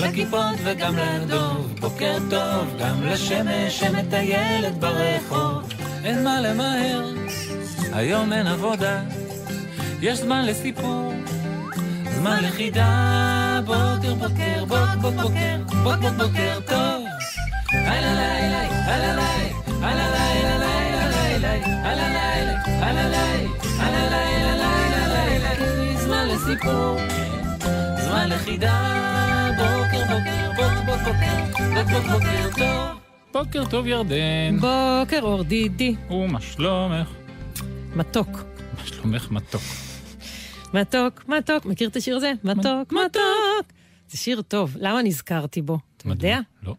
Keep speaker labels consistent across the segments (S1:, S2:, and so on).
S1: לכיפות וגם לדוב, בוקר טוב גם לשמש שמטיילת ברחוב. אין מה למהר, היום אין עבודה, יש זמן לסיפור, זמן לחידה, בוקר בוקר בוק בוק בוקר, בוק בוק בוקר טוב. הלא לילה, הלא לילה, הלא לילה לילה לילה, הלא לילה, הלא לילה, הלא לילה לילה לילה, זמן לסיפור, זמן לחידה, בוקר בוקר בוק בוק בוקר, בוק בוק בוקר טוב.
S2: בוקר טוב ירדן,
S3: בוקר אור דידי,
S2: ומה שלומך?
S3: מתוק.
S2: מה שלומך מתוק.
S3: מתוק, מתוק. מכיר את השיר הזה? מתוק, מתוק. זה שיר טוב. למה נזכרתי בו? אתה יודע?
S2: מדהים. לא.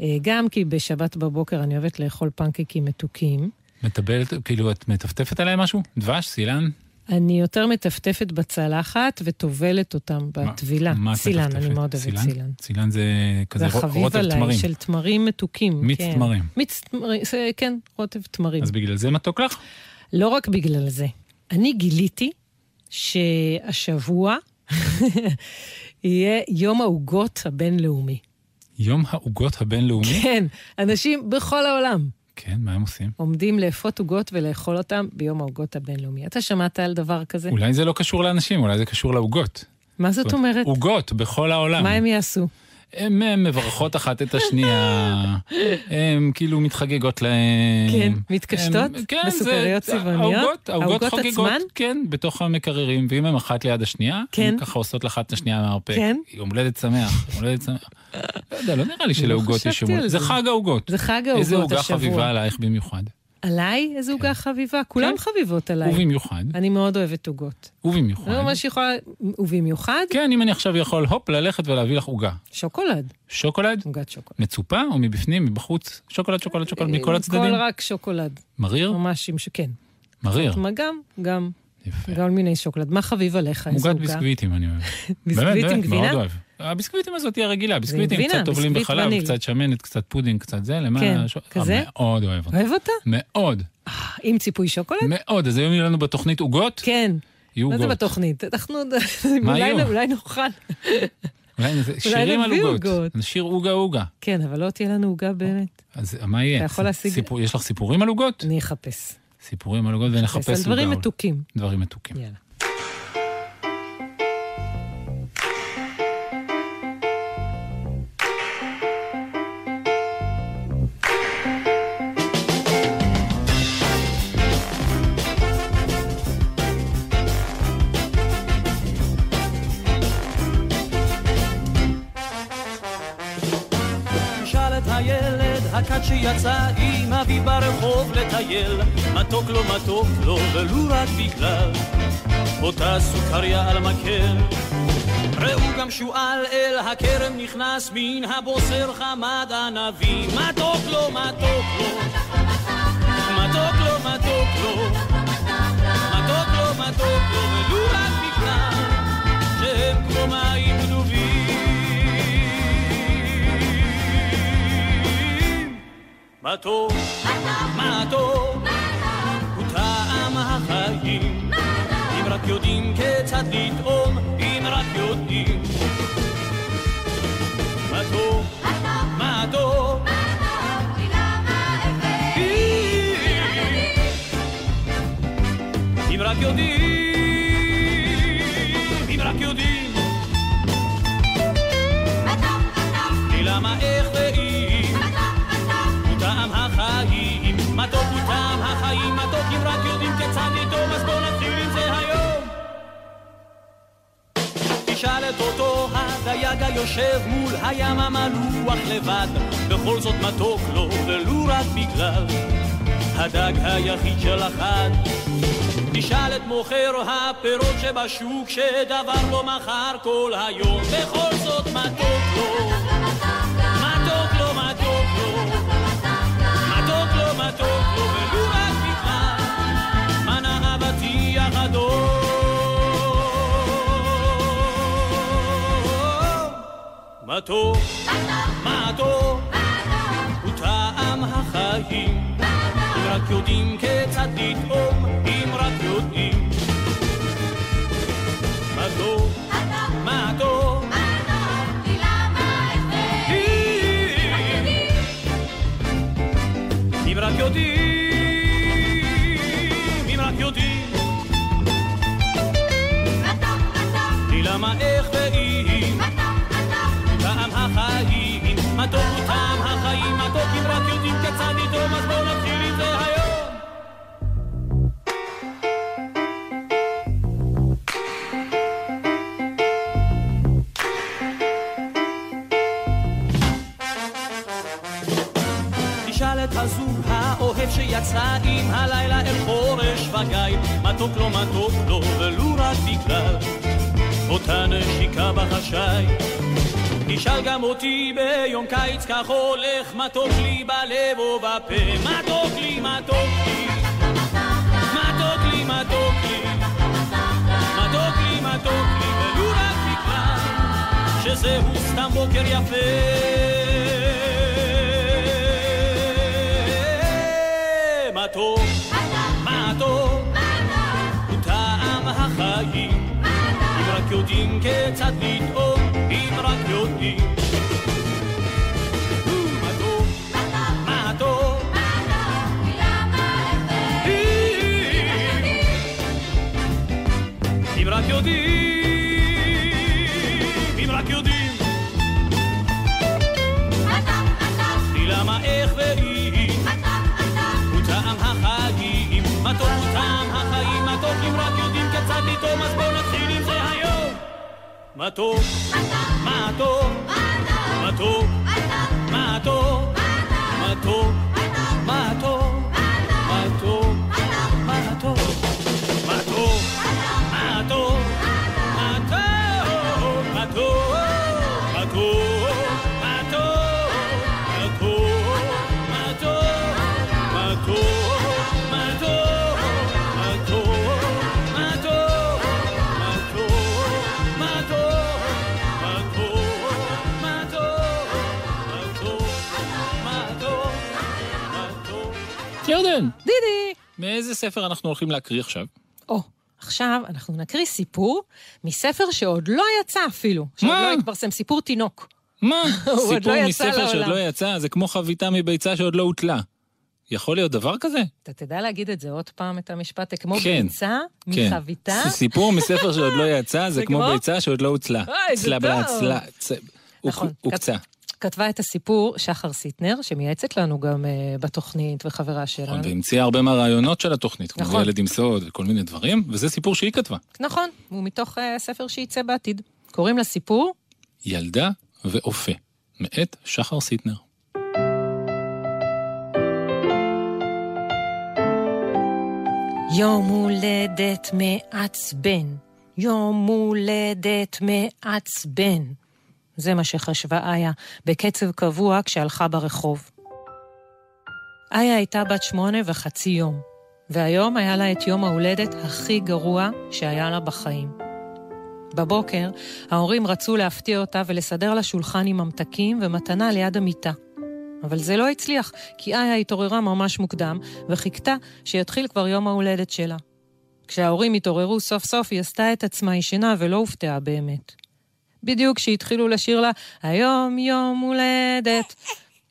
S3: אה, גם כי בשבת בבוקר אני אוהבת לאכול פנקקים מתוקים.
S2: מטבלת, כאילו את מטפטפת עליהם משהו? דבש, סילן?
S3: אני יותר מטפטפת בצלחת וטובלת אותם בטבילה.
S2: מה- מה את
S3: סילן,
S2: מטפטפת?
S3: אני מאוד אוהבת סילן.
S2: סילן זה כזה
S3: זה
S2: רו-
S3: חביב
S2: רוטב
S3: עליי
S2: תמרים.
S3: של תמרים מתוקים.
S2: מיץ
S3: כן.
S2: תמרים.
S3: מיץ תמרים, זה- כן, רוטב תמרים.
S2: אז בגלל זה מתוק לך?
S3: לא רק בגלל זה. אני גיליתי שהשבוע יהיה יום העוגות הבינלאומי.
S2: יום העוגות הבינלאומי?
S3: כן, אנשים בכל העולם
S2: כן, מה הם עושים?
S3: עומדים לאפות עוגות ולאכול אותם ביום העוגות הבינלאומי. אתה שמעת על דבר כזה?
S2: אולי זה לא קשור לאנשים, אולי זה קשור לעוגות.
S3: מה זאת אומרת?
S2: עוגות בכל העולם.
S3: מה הם יעשו?
S2: הן אה, מברכות אחת את השנייה, הן כאילו מתחגגות להן.
S3: כן, מתקשטות?
S2: הן- אמ, כן, זה-
S3: בסוכריות צבעוניות?
S2: העוגות, העוגות
S3: העוגות
S2: חוגגות,
S3: עצמן?
S2: כן, בתוך המקררים, ואם הן אחת ליד השנייה,
S3: כן.
S2: הן ככה עושות לאחת את השנייה מהמרפק.
S3: כן.
S2: יום הולדת שמח, יום הולדת שמח. לא יודע, לא נראה לי שלעוגות
S3: חשבתי
S2: יש יום הולדת.
S3: על
S2: זה
S3: זה.
S2: חג העוגות.
S3: זה חג
S2: איזה
S3: העוגות
S2: עוגה חביבה
S3: השבוע.
S2: עלייך במיוחד.
S3: עליי? איזה עוגה חביבה? כולם חביבות עליי.
S2: כן. ובמיוחד,
S3: אני מאוד אוהבת עוגות.
S2: ובמיוחד.
S3: זה ממש יכולה... ובמיוחד,
S2: כן, אם אני עכשיו יכול, הופ, ללכת ולהביא לך עוגה.
S3: שוקולד.
S2: שוקולד,
S3: עוגת שוקולד. אה,
S2: מצופה או מבפנים, מבחוץ, שוקולד, שוקולד, שוקולד, מכל הצדדים.
S3: כל רק שוקולד.
S2: מריר?
S3: ממש עם ש... כן.
S2: מריר.
S3: מה גם, גם,
S2: יפה.
S3: גם מיני שוקולד. מה חביב עליך? איזה
S2: עוגת
S3: עוגה?
S2: ביסקוויטים אני אוהב.
S3: ביסקוויט עם
S2: באמת, באמת,
S3: גבינה?
S2: מאוד אוהב. הביסקוויטים הזאת היא הרגילה, ביסקוויטים
S3: גבינה,
S2: קצת טובלים
S3: ביסקוויט
S2: בחלב,
S3: וניל.
S2: קצת שמנת, קצת פודינג, קצת זה,
S3: כן,
S2: למעלה. ש-
S3: כזה?
S2: אה, מאוד אוהב אותה.
S3: אוהב אותה? אה,
S2: מאוד,
S3: עם ציפוי שוקולד?
S2: מאוד. אז היום יהיו לנו בתוכנית עוגות,
S3: כן.
S2: יהיו
S3: מה זה
S2: עוגות.
S3: בתוכנית? אנחנו...
S2: מה
S3: אולי- לא-
S2: יהיו?
S3: אולי נאכל.
S2: אולי נעשה- שירים על
S3: נביא
S2: עוגות.
S3: עוגות.
S2: נשיר עוגה עוגה.
S3: כן, אבל לא תהיה לנו עוגה באמת.
S2: אז מה יהיה?
S3: אתה יכול להשיג-
S2: סיפור- יש לך סיפורים על עוגות?
S3: אני אחפש.
S2: סיפורים על עוגות ונחפש
S3: על
S2: עוגה.
S3: דברים
S2: אולי.
S3: מתוקים.
S2: דברים מתוקים.
S3: יאללה.
S1: שאל את הילד הכת שיצא עם אבי ברחוב לטייל מתוק לא מתוק לא ולו רק בגלל אותה סוכריה על מקל ראו גם שועל אל הכרם נכנס מן הבוסר חמד ענבי מתוק לא מתוק לא מתוק לא מתוק לא מתוק לא מתוק לא ולו רק בגלל שהם כמו מים גנובים. מתוק, מתוק, הוא טעם החיים. אם רק יודעים כיצד לטעום, אם רק יודעים. מתוק, מתוק, אם רק יודעים, אם רק יודעים. כי למה איך ואם, הוא טעם החיים, מתוק הוא טעם החיים, מתוק אם רק יודעים כיצד לטעום, אז בואו נתחיל עם זה היום. תשאל את אותו הדייג היושב מול הים המלוח לבד, בכל זאת מתוק לו, ולו רק בגלל הדג היחיד של החד. תשאל את מוכר הפירות שבשוק שדבר לא מכר כל היום, בכל זאת מתוק לו. מתוק לו, מתוק לו. מתוק לו, מתוק לא לו, ולו רק בגלל מנה אבטיח אדום. מתוק, מתוק, הוא טעם החיים. אם רק יודעים כיצד לטעום, אם רק יודעים. מתוק, מתוק,
S4: למה
S1: יודעים, אם רק יודעים. כי למה איך ואם, טעם החיים, מתוק הוא טעם החיים, מתוק אם רק יודעים כיצד לתרום, אז בואו נתחיל עם זה היום. תשאל את הזוג האוהב שיצא עם הלילה אל חורש וגיא מתוק לא מתוק לו ולו רק בגלל אותה נשיקה בחשאי תשאל גם אותי ביום קיץ כך הולך מתוק לי בלב ובפה מתוק לי מתוק לי מתוק לי מתוק לי מתוק לי מתוק לי ולו רק בגלל שזהו סתם בוקר יפה מתוק מתוק הוא טעם החיים אם רק יודעים כיצד לטעום, אם רק יודעים. מה טוב, מה טוב, אם רק יודעים, אם רק יודעים, כי למה איך ואם, הוא טעם החיים, מתוק הוא טעם החיים, מתוק אם רק יודעים כיצד לטעום, אז בואו נתחיל עם זה היום. מתוק, מתוק, מתוק, מתוק, מתוק, מתוק, מתוק, מתוק, מתוק, מתוק, מתוק, מתוק, מתוק, מתוק, מתוק, מתוק, מתוק, מתוק, מתוק, מתוק, מתוק, מתוק, מתוק, מתוק.
S2: ירדן,
S3: דידי!
S2: מאיזה ספר אנחנו הולכים להקריא עכשיו?
S3: או, עכשיו אנחנו נקריא סיפור מספר שעוד לא יצא אפילו. שעוד
S2: מה?
S3: לא התפרסם, סיפור תינוק.
S2: מה?
S3: עוד
S2: סיפור
S3: לא יצא
S2: מספר שעוד
S3: לעולם.
S2: לא יצא, זה כמו חביתה מביצה שעוד לא הוטלה. יכול להיות דבר כזה?
S3: אתה תדע להגיד את זה עוד פעם, את המשפט, זה כמו
S2: כן,
S3: ביצה
S2: כן.
S3: מחביתה.
S2: ס- סיפור מספר שעוד לא יצא, זה
S3: זה
S2: כמו
S3: כמו?
S2: ביצה שעוד לא הוצלה.
S3: אוי, זה
S2: צלה
S3: טוב.
S2: בלצלה, צ-
S3: נכון.
S2: הוק- הוקצה.
S3: כתבה את הסיפור שחר סיטנר, שמייעצת לנו גם אה, בתוכנית וחברה שלנו.
S2: נכון, והמציאה הרבה מהרעיונות של התוכנית, כמו
S3: נכון.
S2: ילד עם סוד וכל מיני דברים, וזה סיפור שהיא כתבה.
S3: נכון, הוא מתוך אה, ספר שייצא בעתיד. קוראים לסיפור
S2: ילדה ואופה, מאת שחר סיטנר.
S3: יום הולדת מעצבן, יום הולדת מעצבן. זה מה שחשבה איה בקצב קבוע כשהלכה ברחוב. איה הייתה בת שמונה וחצי יום, והיום היה לה את יום ההולדת הכי גרוע שהיה לה בחיים. בבוקר ההורים רצו להפתיע אותה ולסדר לה שולחן עם ממתקים ומתנה ליד המיטה. אבל זה לא הצליח, כי איה התעוררה ממש מוקדם, וחיכתה שיתחיל כבר יום ההולדת שלה. כשההורים התעוררו סוף סוף, היא עשתה את עצמה ישנה ולא הופתעה באמת. בדיוק כשהתחילו לשיר לה, היום יום הולדת,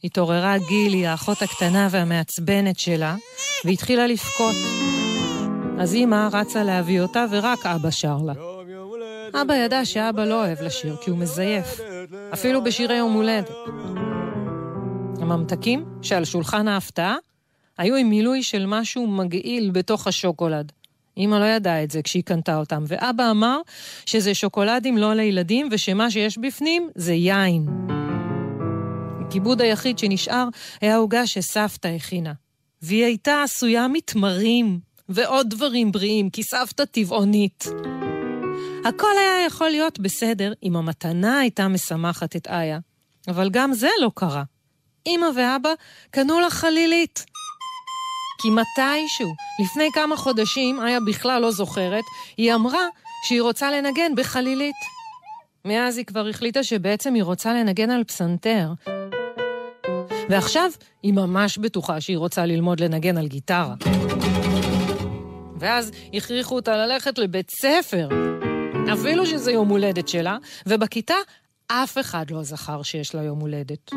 S3: התעוררה גילי, האחות הקטנה והמעצבנת שלה, והתחילה לבכות. אז אימא רצה להביא אותה, ורק אבא שר לה. אבא ידע שאבא לא אוהב לשיר, כי הוא מזייף. אפילו בשירי יום הולדת. הממתקים שעל שולחן ההפתעה היו עם מילוי של משהו מגעיל בתוך השוקולד. אמא לא ידעה את זה כשהיא קנתה אותם, ואבא אמר שזה שוקולדים לא לילדים ושמה שיש בפנים זה יין. הכיבוד היחיד שנשאר היה עוגה שסבתא הכינה. והיא הייתה עשויה מתמרים ועוד דברים בריאים, כי סבתא טבעונית. הכל היה יכול להיות בסדר אם המתנה הייתה משמחת את איה, אבל גם זה לא קרה. אמא ואבא קנו לה חלילית. כי מתישהו, לפני כמה חודשים, איה בכלל לא זוכרת, היא אמרה שהיא רוצה לנגן בחלילית. מאז היא כבר החליטה שבעצם היא רוצה לנגן על פסנתר. ועכשיו היא ממש בטוחה שהיא רוצה ללמוד לנגן על גיטרה. ואז הכריחו אותה ללכת לבית ספר, אפילו שזה יום הולדת שלה, ובכיתה אף אחד לא זכר שיש לה יום הולדת.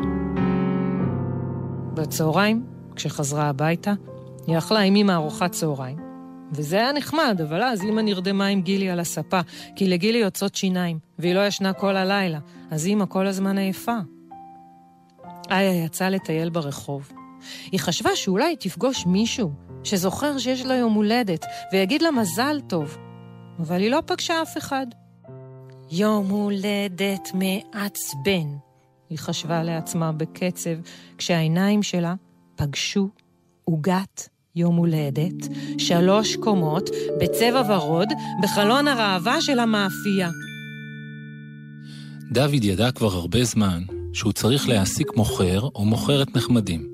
S3: בצהריים, כשחזרה הביתה, היא אכלה עם אמא ארוחת צהריים. וזה היה נחמד, אבל אז אמא נרדמה עם גילי על הספה, כי לגילי יוצאות שיניים, והיא לא ישנה כל הלילה, אז אמא כל הזמן עייפה. איה יצאה לטייל ברחוב. היא חשבה שאולי היא תפגוש מישהו שזוכר שיש לו יום הולדת ויגיד לה מזל טוב, אבל היא לא פגשה אף אחד. יום הולדת מעצבן, היא חשבה לעצמה בקצב, כשהעיניים שלה פגשו עוגת יום הולדת, שלוש קומות, בצבע ורוד, בחלון הראווה של המאפייה.
S2: דוד ידע כבר הרבה זמן שהוא צריך להעסיק מוכר או מוכרת נחמדים.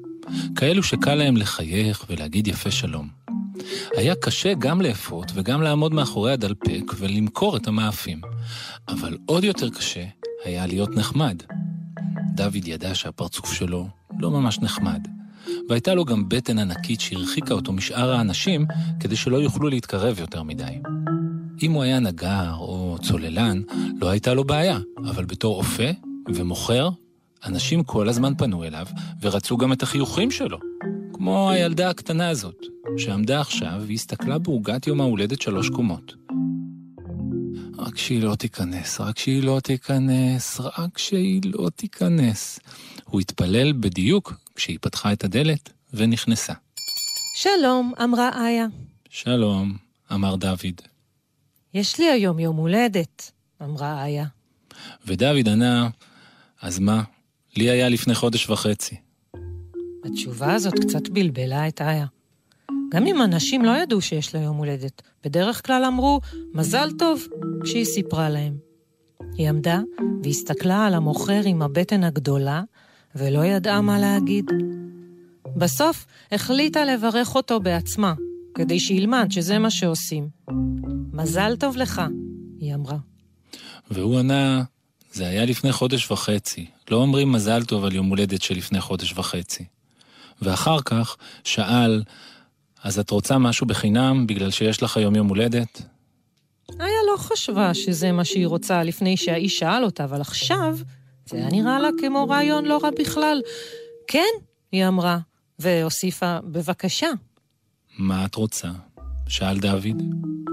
S2: כאלו שקל להם לחייך ולהגיד יפה שלום. היה קשה גם לאפות וגם לעמוד מאחורי הדלפק ולמכור את המאפים, אבל עוד יותר קשה היה להיות נחמד. דוד ידע שהפרצוף שלו לא ממש נחמד, והייתה לו גם בטן ענקית שהרחיקה אותו משאר האנשים כדי שלא יוכלו להתקרב יותר מדי. אם הוא היה נגר או צוללן, לא הייתה לו בעיה, אבל בתור אופה ומוכר, אנשים כל הזמן פנו אליו ורצו גם את החיוכים שלו. כמו הילדה הקטנה הזאת, שעמדה עכשיו והסתכלה בעוגת יום ההולדת שלוש קומות. רק שהיא לא תיכנס, רק שהיא לא תיכנס, רק שהיא לא תיכנס. הוא התפלל בדיוק כשהיא פתחה את הדלת ונכנסה.
S3: שלום, אמרה איה.
S2: שלום, אמר דוד.
S3: יש לי היום יום הולדת, אמרה איה.
S2: ודוד ענה, אז מה? לי היה לפני חודש וחצי.
S3: התשובה הזאת קצת בלבלה את איה. גם אם אנשים לא ידעו שיש לה יום הולדת, בדרך כלל אמרו מזל טוב כשהיא סיפרה להם. היא עמדה והסתכלה על המוכר עם הבטן הגדולה, ולא ידעה מה להגיד. בסוף החליטה לברך אותו בעצמה, כדי שילמד שזה מה שעושים. מזל טוב לך, היא אמרה.
S2: והוא ענה, זה היה לפני חודש וחצי. לא אומרים מזל טוב על יום הולדת שלפני חודש וחצי. ואחר כך שאל, אז את רוצה משהו בחינם בגלל שיש לך היום יום הולדת?
S3: איה לא חשבה שזה מה שהיא רוצה לפני שהאיש שאל אותה, אבל עכשיו זה היה נראה לה כמו רעיון לא רע בכלל. כן, היא אמרה, והוסיפה, בבקשה.
S2: מה את רוצה? שאל דוד.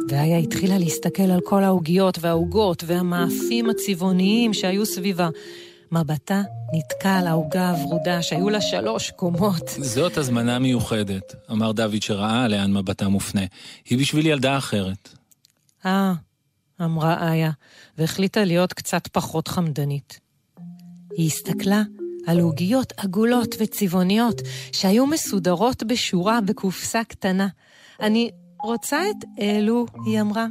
S3: ואיה התחילה להסתכל על כל העוגיות והעוגות והמאפים הצבעוניים שהיו סביבה. מבטה נתקע על העוגה הוורודה שהיו לה שלוש קומות.
S2: זאת הזמנה מיוחדת, אמר דוד שראה לאן מבטה מופנה. היא בשביל ילדה אחרת.
S3: אה, אמרה איה, והחליטה להיות קצת פחות חמדנית. היא הסתכלה על עוגיות עגולות וצבעוניות שהיו מסודרות בשורה בקופסה קטנה. אני רוצה את אלו, היא אמרה.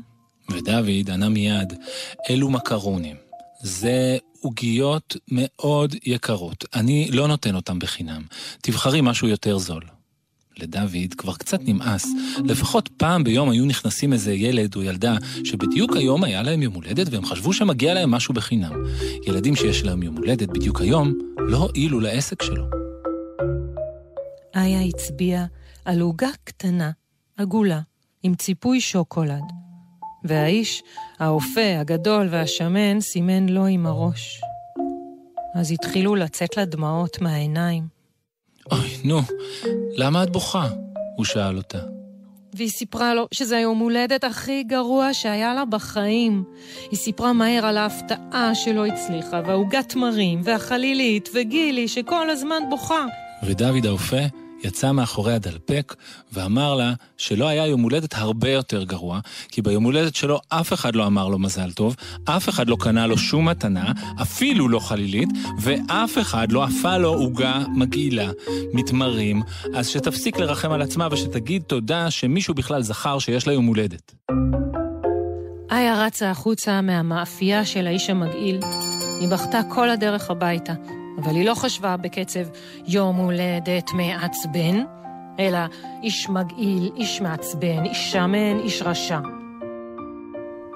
S2: ודוד ענה מיד, אלו מקרונים. זה עוגיות מאוד יקרות. אני לא נותן אותם בחינם. תבחרי משהו יותר זול. לדוד כבר קצת נמאס. לפחות פעם ביום היו נכנסים איזה ילד או ילדה שבדיוק היום היה להם יום הולדת והם חשבו שמגיע להם משהו בחינם. ילדים שיש להם יום הולדת בדיוק היום לא הועילו לעסק שלו.
S3: איה הצביעה על עוגה קטנה, עגולה, עם ציפוי שוקולד. והאיש, האופה, הגדול והשמן, סימן לו עם הראש. אז התחילו לצאת לה דמעות מהעיניים.
S2: אוי, נו, למה את בוכה? הוא שאל אותה.
S3: והיא סיפרה לו שזה היום הולדת הכי גרוע שהיה לה בחיים. היא סיפרה מהר על ההפתעה שלא הצליחה, והעוגת מרים, והחלילית, וגילי, שכל הזמן בוכה.
S2: ודוד האופה יצא מאחורי הדלפק ואמר לה שלא היה יום הולדת הרבה יותר גרוע, כי ביום הולדת שלו אף אחד לא אמר לו מזל טוב, אף אחד לא קנה לו שום מתנה, אפילו לא חלילית, ואף אחד לא עפה לו עוגה מגעילה, מתמרים, אז שתפסיק לרחם על עצמה ושתגיד תודה שמישהו בכלל זכר שיש לה יום הולדת.
S3: איה רצה החוצה מהמאפייה של האיש המגעיל. היא בכתה כל הדרך הביתה, אבל היא לא חשבה בקצב יום הולדת מעצבן, אלא איש מגעיל, איש מעצבן, איש שמן, איש רשע.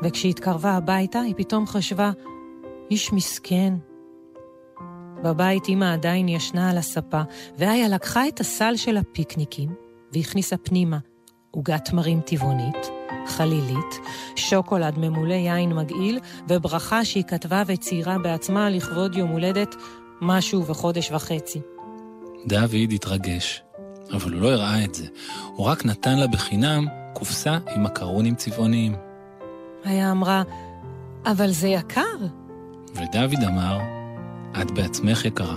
S3: וכשהיא התקרבה הביתה, היא פתאום חשבה, איש מסכן. בבית אמא עדיין ישנה על הספה, ואיה לקחה את הסל של הפיקניקים והכניסה פנימה עוגת תמרים טבעונית, חלילית, שוקולד ממולא יין מגעיל, וברכה שהיא כתבה וציירה בעצמה לכבוד יום הולדת משהו וחודש וחצי.
S2: דוד התרגש. אבל הוא לא הראה את זה. הוא רק נתן לה בחינם קופסה עם מקרונים צבעוניים.
S3: היה אמרה, אבל זה יקר.
S2: ודוד אמר, את בעצמך יקרה.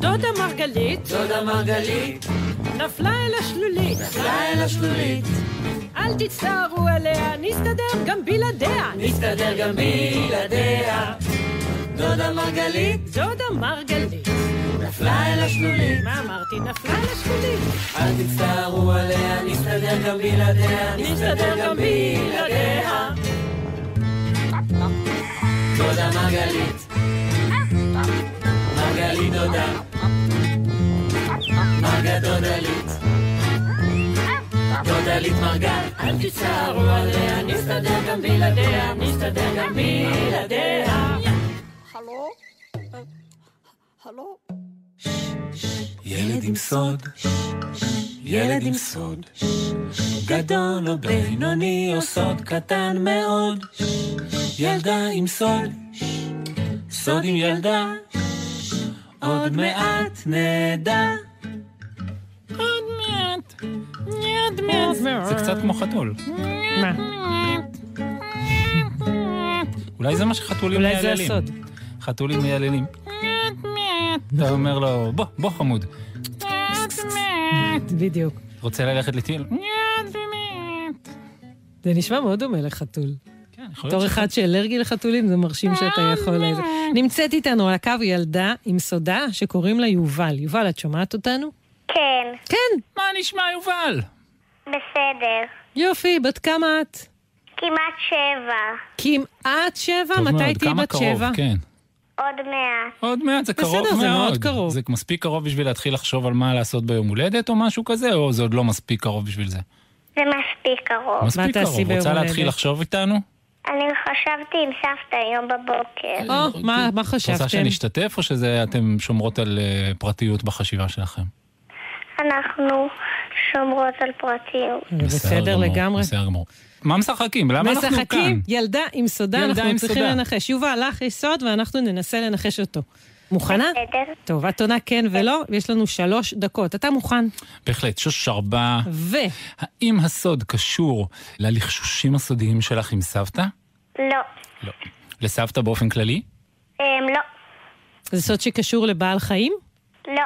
S4: דודה מרגלית,
S5: דודה מרגלית,
S4: נפלה אל השלולית,
S5: נפלה אל השלולית,
S4: אל תצטערו עליה, נסתדר גם בלעדיה,
S5: נסתדר גם בלעדיה. דודה מרגלית,
S4: דודה מרגלית,
S5: נפלה אל השלולית,
S4: מה אמרתי? נפלה אל השלולית,
S5: אל תצטערו עליה, נסתדר גם בלעדיה, נסתדר גם בלעדיה. דודה מרגלית, מרגלית דודה, מרגה דודלית, דודלית מרגה, אל תצערו עליה, נסתדר גם בלעדיה, נסתדר גם בלעדיה.
S6: Hello? Uh, hello?
S1: ילד עם סוד, ילד עם סוד, גדול או בינוני או סוד קטן מאוד, ילדה עם סוד, סוד עם ילדה, עוד מעט נדע.
S2: זה קצת כמו חתול. אולי זה מה שחתולים
S3: אולי
S2: מייללים.
S3: זה הסוד.
S2: חתולים מייללים. אתה אומר לו, בוא, בוא חמוד.
S3: בדיוק.
S2: רוצה ללכת לטיול?
S3: זה נשמע מאוד דומה לחתול.
S2: כן, יכול
S3: בתור
S2: להיות אה,
S3: אחד שאלרגי לחתולים, זה מרשים שאתה יכול... לזה. נמצאת איתנו על הקו ילדה עם סודה שקוראים לה יובל. יובל, את שומעת אותנו?
S7: כן,
S3: כן.
S2: ש- מה נשמע, יובל?
S7: בסדר.
S3: יופי, בת כמה את?
S7: כמעט שבע.
S3: כמעט שבע?
S2: טוב מאוד,
S3: מתי תהיי
S2: כמה
S3: בת
S2: קרוב,
S3: שבע?
S2: כן.
S7: עוד מעט.
S2: עוד מעט, זה
S3: בסדר,
S2: קרוב מאוד.
S3: זה מאוד קרוב.
S2: זה מספיק קרוב בשביל להתחיל לחשוב על מה לעשות ביום הולדת או משהו כזה, או זה עוד לא מספיק קרוב בשביל זה?
S7: זה מספיק קרוב.
S2: מספיק
S3: תעשי
S2: קרוב.
S3: ביום
S2: רוצה להתחיל
S3: הולדת?
S2: לחשוב איתנו?
S7: אני חשבתי עם סבתא היום בבוקר.
S3: או, מה מה
S2: אוקיי. רוצה
S3: חשבתם?
S2: שנשתתף, או שאתם שומרות על אה, פרטיות בחשיבה שלכם?
S7: אנחנו שומרות על פרטיות.
S3: אה, בסדר
S2: גמור,
S3: לגמרי.
S2: בסדר גמור. מה משחקים? למה אנחנו כאן?
S3: משחקים ילדה עם סודה,
S2: ילדה
S3: אנחנו
S2: עם
S3: צריכים
S2: סודה.
S3: לנחש. יובל, לך יש סוד ואנחנו ננסה לנחש אותו. מוכנה?
S7: בסדר?
S3: טוב, את עונה כן ולא, ויש לנו שלוש דקות. אתה מוכן?
S2: בהחלט, שושרבה.
S3: ו...
S2: האם הסוד קשור ללחשושים הסודיים שלך עם סבתא?
S7: לא.
S2: לא. לסבתא באופן כללי?
S7: אמ, לא.
S3: זה סוד שקשור לבעל חיים?
S7: לא.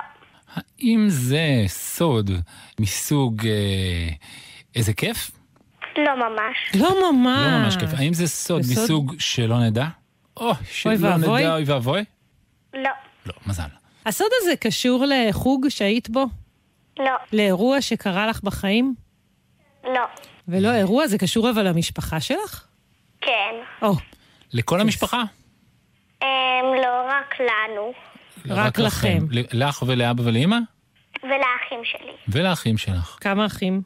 S2: האם זה סוד מסוג אה, איזה כיף?
S7: לא ממש.
S3: לא ממש.
S2: לא ממש כיף. האם זה סוד
S3: זה סוד?
S2: מסוג שלא נדע? או, שלא
S3: ואבוי.
S2: נדע, אוי ואבוי?
S7: לא.
S2: לא, מזל.
S3: הסוד הזה קשור לחוג שהיית בו?
S7: לא.
S3: לאירוע שקרה לך בחיים?
S7: לא.
S3: ולא
S2: אה.
S3: אירוע, זה קשור אבל למשפחה שלך?
S7: כן.
S3: או,
S2: לכל המשפחה?
S7: אמ, לא רק לנו.
S2: לא,
S3: רק לכם.
S2: ל- לך ולאבא ולאמא?
S7: ולאחים שלי.
S2: ולאחים שלך.
S3: כמה אחים?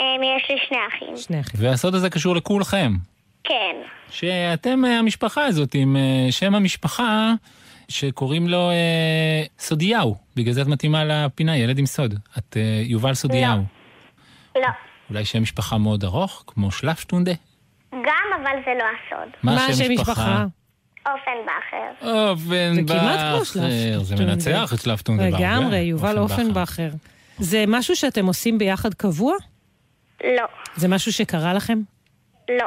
S7: אמ, יש לי שני אחים.
S3: שני אחים.
S2: והסוד הזה קשור לכולכם.
S7: כן.
S2: שאתם אה, המשפחה הזאת עם אה, שם המשפחה שקוראים לו אה, סודיהו. בגלל זה את מתאימה לפינה, ילד עם סוד. את אה, יובל סודיהו.
S7: לא.
S2: אולי שם משפחה מאוד ארוך, כמו שלפשטונדה.
S7: גם, אבל זה לא הסוד.
S3: מה השם משפחה?
S7: אופנבכר.
S2: אופנבכר.
S3: זה כמעט כמו שלפשטונדה.
S2: כן, אה, זה מנצח את שלפטונדה.
S3: לגמרי, יובל אופנבכר. זה משהו שאתם עושים ביחד קבוע?
S7: לא.
S3: זה משהו שקרה לכם?
S7: לא.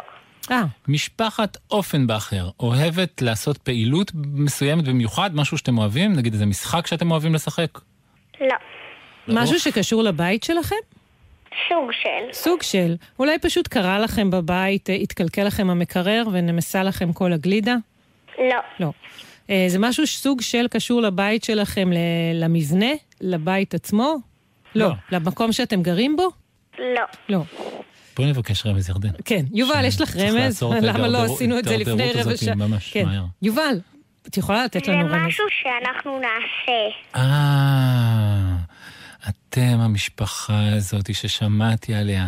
S3: אה,
S2: משפחת אופנבכר אוהבת לעשות פעילות מסוימת במיוחד, משהו שאתם אוהבים, נגיד איזה משחק שאתם אוהבים לשחק.
S7: לא.
S3: משהו שקשור לבית שלכם?
S7: סוג של.
S3: סוג של. אולי פשוט קרה לכם בבית, אה, התקלקל לכם המקרר ונמסה לכם כל הגלידה?
S7: לא.
S3: לא. אה, זה משהו סוג של קשור לבית שלכם, ל- למבנה, לבית עצמו? לא.
S2: לא.
S3: למקום שאתם גרים בו?
S7: לא.
S3: לא.
S2: בואי נבקש רמז ירדן.
S3: כן. יובל, יש לך
S2: צריך
S3: רמז?
S2: לעצור את
S3: למה לא
S2: ההידרדרות-
S3: עשינו את זה לפני
S2: ההידרדרות
S3: רבע
S2: הזאת
S3: שעה?
S2: ממש
S3: כן.
S2: מהר.
S3: יובל, את יכולה לתת לנו
S7: זה
S3: רמז.
S7: משהו שאנחנו נעשה.
S2: אה, אתם המשפחה הזאת ששמעתי עליה,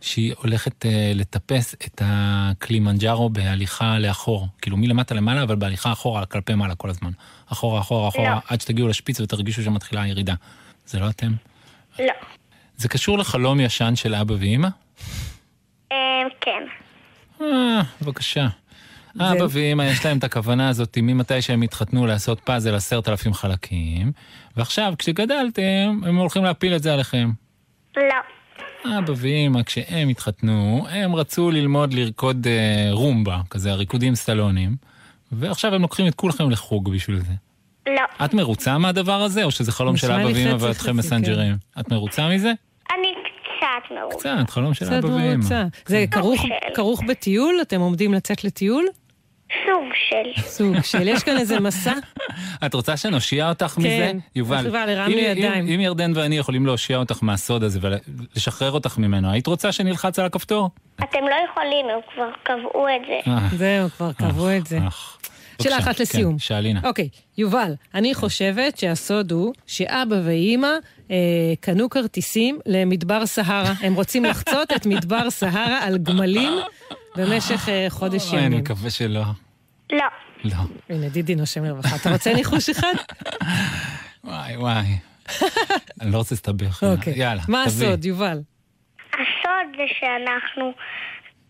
S2: שהיא הולכת אה, לטפס את הקלימנג'רו בהליכה לאחור. כאילו מלמטה למעלה, אבל בהליכה אחורה כלפי מעלה כל הזמן. אחורה, אחורה, אחורה,
S7: לא.
S2: עד שתגיעו לשפיץ ותרגישו שמתחילה הירידה. זה לא אתם?
S7: לא.
S2: זה קשור לחלום ישן של אבא ואימא?
S8: אה, כן.
S2: אה, בבקשה. אבא ואימא יש להם את הכוונה הזאת ממתי שהם התחתנו לעשות פאזל עשרת אלפים חלקים, ועכשיו כשגדלתם הם הולכים להפיל את זה עליכם.
S8: לא.
S2: אבא ואימא כשהם התחתנו הם רצו ללמוד לרקוד אה, רומבה, כזה הריקודים סטלונים, ועכשיו הם לוקחים את כולכם לחוג בשביל זה.
S8: לא.
S2: את מרוצה מהדבר הזה או שזה חלום של
S3: נשמע
S2: אבא
S3: לי
S2: ואימא
S3: חצי חצי, כן.
S2: ואתכם מסנג'רים? את מרוצה מזה?
S8: אני קצת מרוצה.
S2: קצת, לא- חלום של כן.
S3: קצת
S2: אבא ואימא.
S3: מרוצה. זה כרוך-
S8: אוקיי.
S3: כרוך בטיול? אתם עומדים לצאת לטיול?
S8: סוג של.
S3: סוג של, יש כאן איזה מסע?
S2: את רוצה שנושיע אותך מזה?
S3: כן,
S2: יובל,
S3: יובל,
S2: אם-
S3: הרמנו
S2: אם-
S3: ידיים.
S2: אם ירדן ואני יכולים להושיע אותך מהסוד הזה ולשחרר אותך ממנו, היית רוצה שנלחץ על הכפתור?
S8: אתם לא יכולים, הם כבר קבעו את זה.
S2: אה,
S3: זהו, כבר קבעו את זה.
S2: אך.
S3: שאלה
S2: בבקשה,
S3: אחת
S2: כן,
S3: לסיום.
S2: שאלי נא.
S3: אוקיי, יובל, אני חושבת שהסוד הוא שאבא ואימא אה, קנו כרטיסים למדבר סהרה. הם רוצים לחצות את מדבר סהרה על גמלים במשך אה, חודש
S2: אני
S3: ימים.
S2: מקווה שלא.
S8: לא.
S2: לא.
S3: הנה, דידי נושם לרווחה. אתה רוצה ניחוש אחד?
S2: וואי וואי. אני לא רוצה להסתבך.
S3: אוקיי.
S2: יאללה,
S3: מה
S2: תביאי.
S3: הסוד, יובל?
S8: הסוד זה שאנחנו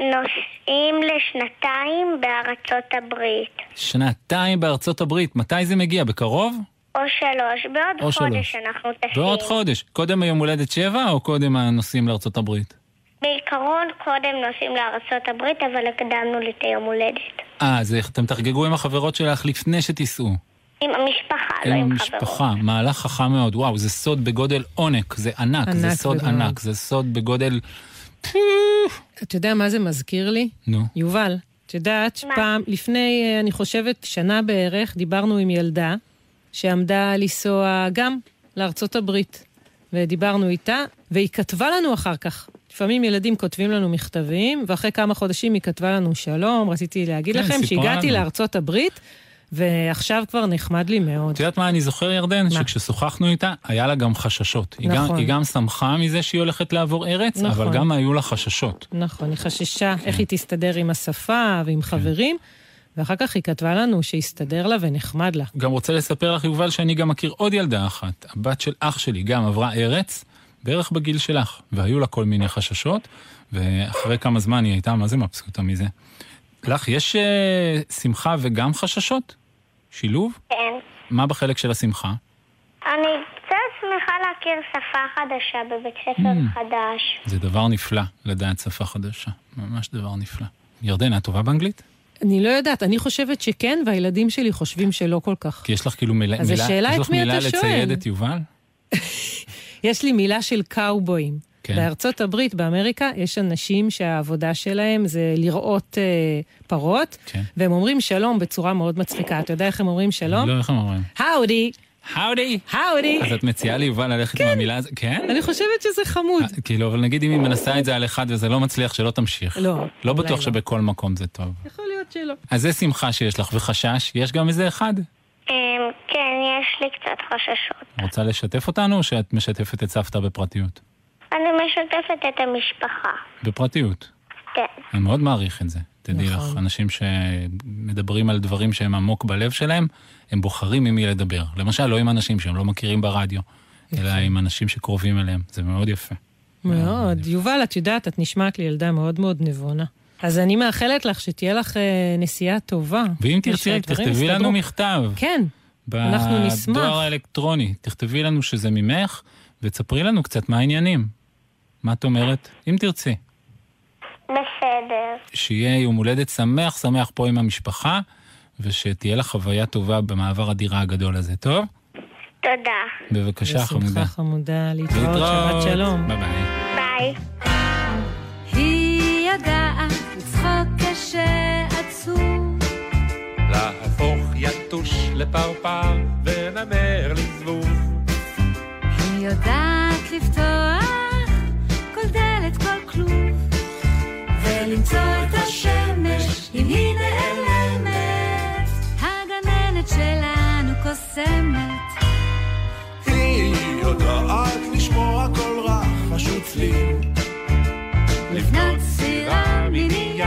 S8: נוסעים לשנתיים בארצות הברית.
S2: שנתיים בארצות הברית, מתי זה מגיע? בקרוב?
S8: או שלוש. בעוד
S2: או
S8: חודש
S2: שלוש.
S8: אנחנו טסים.
S2: בעוד חודש. קודם היום הולדת שבע או קודם הנוסעים לארצות הברית?
S8: בעיקרון קודם נוסעים לארצות הברית, אבל הקדמנו לי את היום הולדת.
S2: אה, אז אתם תחגגו עם החברות שלך לפני שתיסעו.
S8: עם המשפחה, לא
S2: עם
S8: עם חברות.
S2: המשפחה, מהלך חכם מאוד. וואו, זה סוד בגודל עונק, זה ענק, זה
S3: ענק
S2: סוד
S3: מאוד.
S2: ענק, זה סוד בגודל...
S3: אתה יודע מה זה מזכיר לי?
S2: נו.
S3: יובל, את יודעת שפעם, לפני, אה, אני חושבת, שנה בערך, דיברנו עם ילדה שעמדה לנסוע גם לארצות הברית, ודיברנו איתה, והיא כתבה לנו אחר כך. לפעמים ילדים כותבים לנו מכתבים, ואחרי כמה חודשים היא כתבה לנו שלום, רציתי להגיד
S2: כן,
S3: לכם
S2: סיפרה
S3: שהגעתי
S2: לנו."
S3: לארצות הברית, ועכשיו כבר נחמד לי מאוד.
S2: את יודעת מה אני זוכר, ירדן? שכששוחחנו איתה, היה לה גם חששות. היא גם-
S3: נכון.
S2: היא גם שמחה מזה שהיא הולכת לעבור ארץ,
S3: נכון.
S2: אבל גם היו לה חששות.
S3: נכון, היא חששה
S2: כן.
S3: איך היא תסתדר עם השפה ועם חברים, ואחר כך היא כתבה לנו שהסתדר לה ונחמד לה.
S2: גם רוצה לספר לך, יובל, שאני גם מכיר עוד ילדה אחת. הבת של אח שלי גם עברה ארץ, בערך בגיל שלך, והיו לה כל מיני חששות, ואחרי כמה זמן היא הייתה, מה זה מבסוטה מזה? לך יש אה, שמחה וגם חששות? שילוב?
S8: כן.
S2: מה בחלק של השמחה?
S8: אני קצת שמחה להכיר שפה חדשה בבית ספר חדש.
S2: זה דבר נפלא, לדעת שפה חדשה. ממש דבר נפלא. ירדן, את טובה באנגלית?
S3: אני לא יודעת, אני חושבת שכן, והילדים שלי חושבים שלא כל כך.
S2: כי יש לך כאילו מילה...
S3: אז
S2: מילה-
S3: השאלה
S2: יש
S3: את
S2: לך
S3: מי
S2: מילה
S3: אתה
S2: לצייד
S3: שואל.
S2: את יובל?
S3: יש לי מילה של קאובויים.
S2: כן.
S3: בארצות הברית, באמריקה, יש אנשים שהעבודה שלהם זה לראות אה, פרות,
S2: כן.
S3: והם אומרים שלום בצורה מאוד מצחיקה. אתה יודע איך הם אומרים שלום?
S2: לא, איך הם אומרים?
S3: האודי,
S2: האודי!
S3: האודי.
S2: אז את מציעה ליובל ללכת עם המילה הזאת? כן?
S3: אני חושבת שזה חמוד.
S2: אה, כאילו, אבל נגיד אם היא מנסה את זה על אחד וזה לא מצליח, שלא תמשיך.
S3: לא,
S2: לא
S3: אולי
S2: בטוח
S3: לא.
S2: שבכל מקום זה טוב.
S3: יכול להיות שלא.
S2: אז זה שמחה שיש לך, וחשש, יש גם איזה אחד.
S8: אמ, כן, יש לי קצת חששות.
S2: רוצה לשתף אותנו, או שאת משתפת את סבתא בפרטיות?
S8: אני משתפת את המשפחה.
S2: בפרטיות.
S8: כן.
S2: אני מאוד מעריך את זה. תדעי
S3: נכון.
S2: לך, אנשים שמדברים על דברים שהם עמוק בלב שלהם, הם בוחרים עם מי לדבר. למשל, לא עם אנשים שהם לא מכירים ברדיו, אלא עם אנשים שקרובים אליהם. זה מאוד יפה.
S3: מאוד. יובל, את יודעת, את נשמעת לי ילדה מאוד מאוד נבונה. אז אני מאחלת לך שתהיה לך אה, נסיעה טובה.
S2: ואם תרצי,
S3: ושהדברים
S2: תכתבי לנו
S3: יסתדרו.
S2: מכתב.
S3: כן, אנחנו נשמח.
S2: בדואר האלקטרוני. תכתבי לנו שזה ממך, ותספרי לנו קצת מה העניינים. מה את אומרת? אם תרצי.
S8: בסדר.
S2: שיהיה יום הולדת שמח, שמח פה עם המשפחה, ושתהיה לך חוויה טובה במעבר הדירה הגדול הזה, טוב?
S8: תודה.
S2: בבקשה, חמודה.
S3: בשמחה חמודה, להתראות,
S2: להתראות.
S3: שבת שלום.
S2: ביי ביי.
S8: ביי.
S1: היא ידעה לצחוק כשעצוב
S9: להפוך יתוש לפרפר ונמר לזבוב.
S1: היא יודעת לפתוח כל דלת, כל כלוב ולמצוא את השמש אם היא נעלמת הגננת שלנו קוסמת
S9: היא יודעת לשמוע כל רחש וצליל.
S1: לבנות סירה מנייר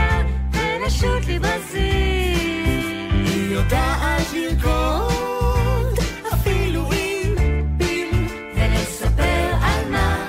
S1: ולשוט לי ברזיל
S9: היא יודעת לרקוד אפילו עם פיל.
S1: ולספר על מה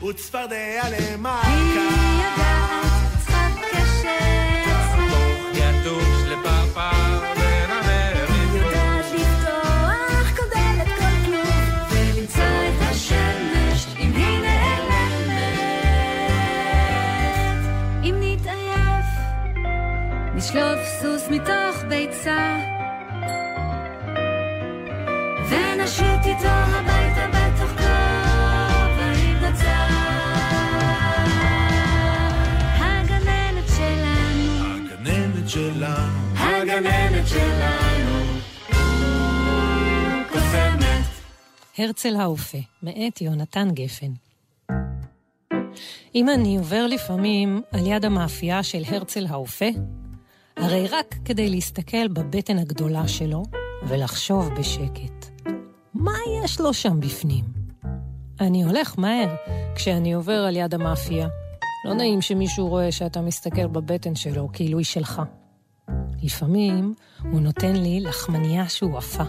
S9: הוא צפרדע
S1: היא
S9: למעקה.
S1: יודעת, צחק קשה, צחוק
S9: יתוש לפרפר בין המרים.
S1: יודעת לפתוח כל דלת, כל כלוב, ולמצוא את השמש, אם היא נעלמת. אם נתעייף, נשלוף סוס מתוך ביצה, ונשוט איתו הביתה בתוך כובע עם נצה. הגננת שלנו,
S9: הגננת שלנו,
S1: הגננת שלנו, קוסמת.
S3: הרצל האופה, מאת יונתן גפן. אם אני עובר לפעמים על יד המאפייה של הרצל האופה, הרי רק כדי להסתכל בבטן הגדולה שלו ולחשוב בשקט. מה יש לו שם בפנים? אני הולך מהר כשאני עובר על יד המאפייה. לא נעים שמישהו רואה שאתה מסתכל בבטן שלו כאילו היא שלך. לפעמים הוא נותן לי לחמנייה שהוא עפה.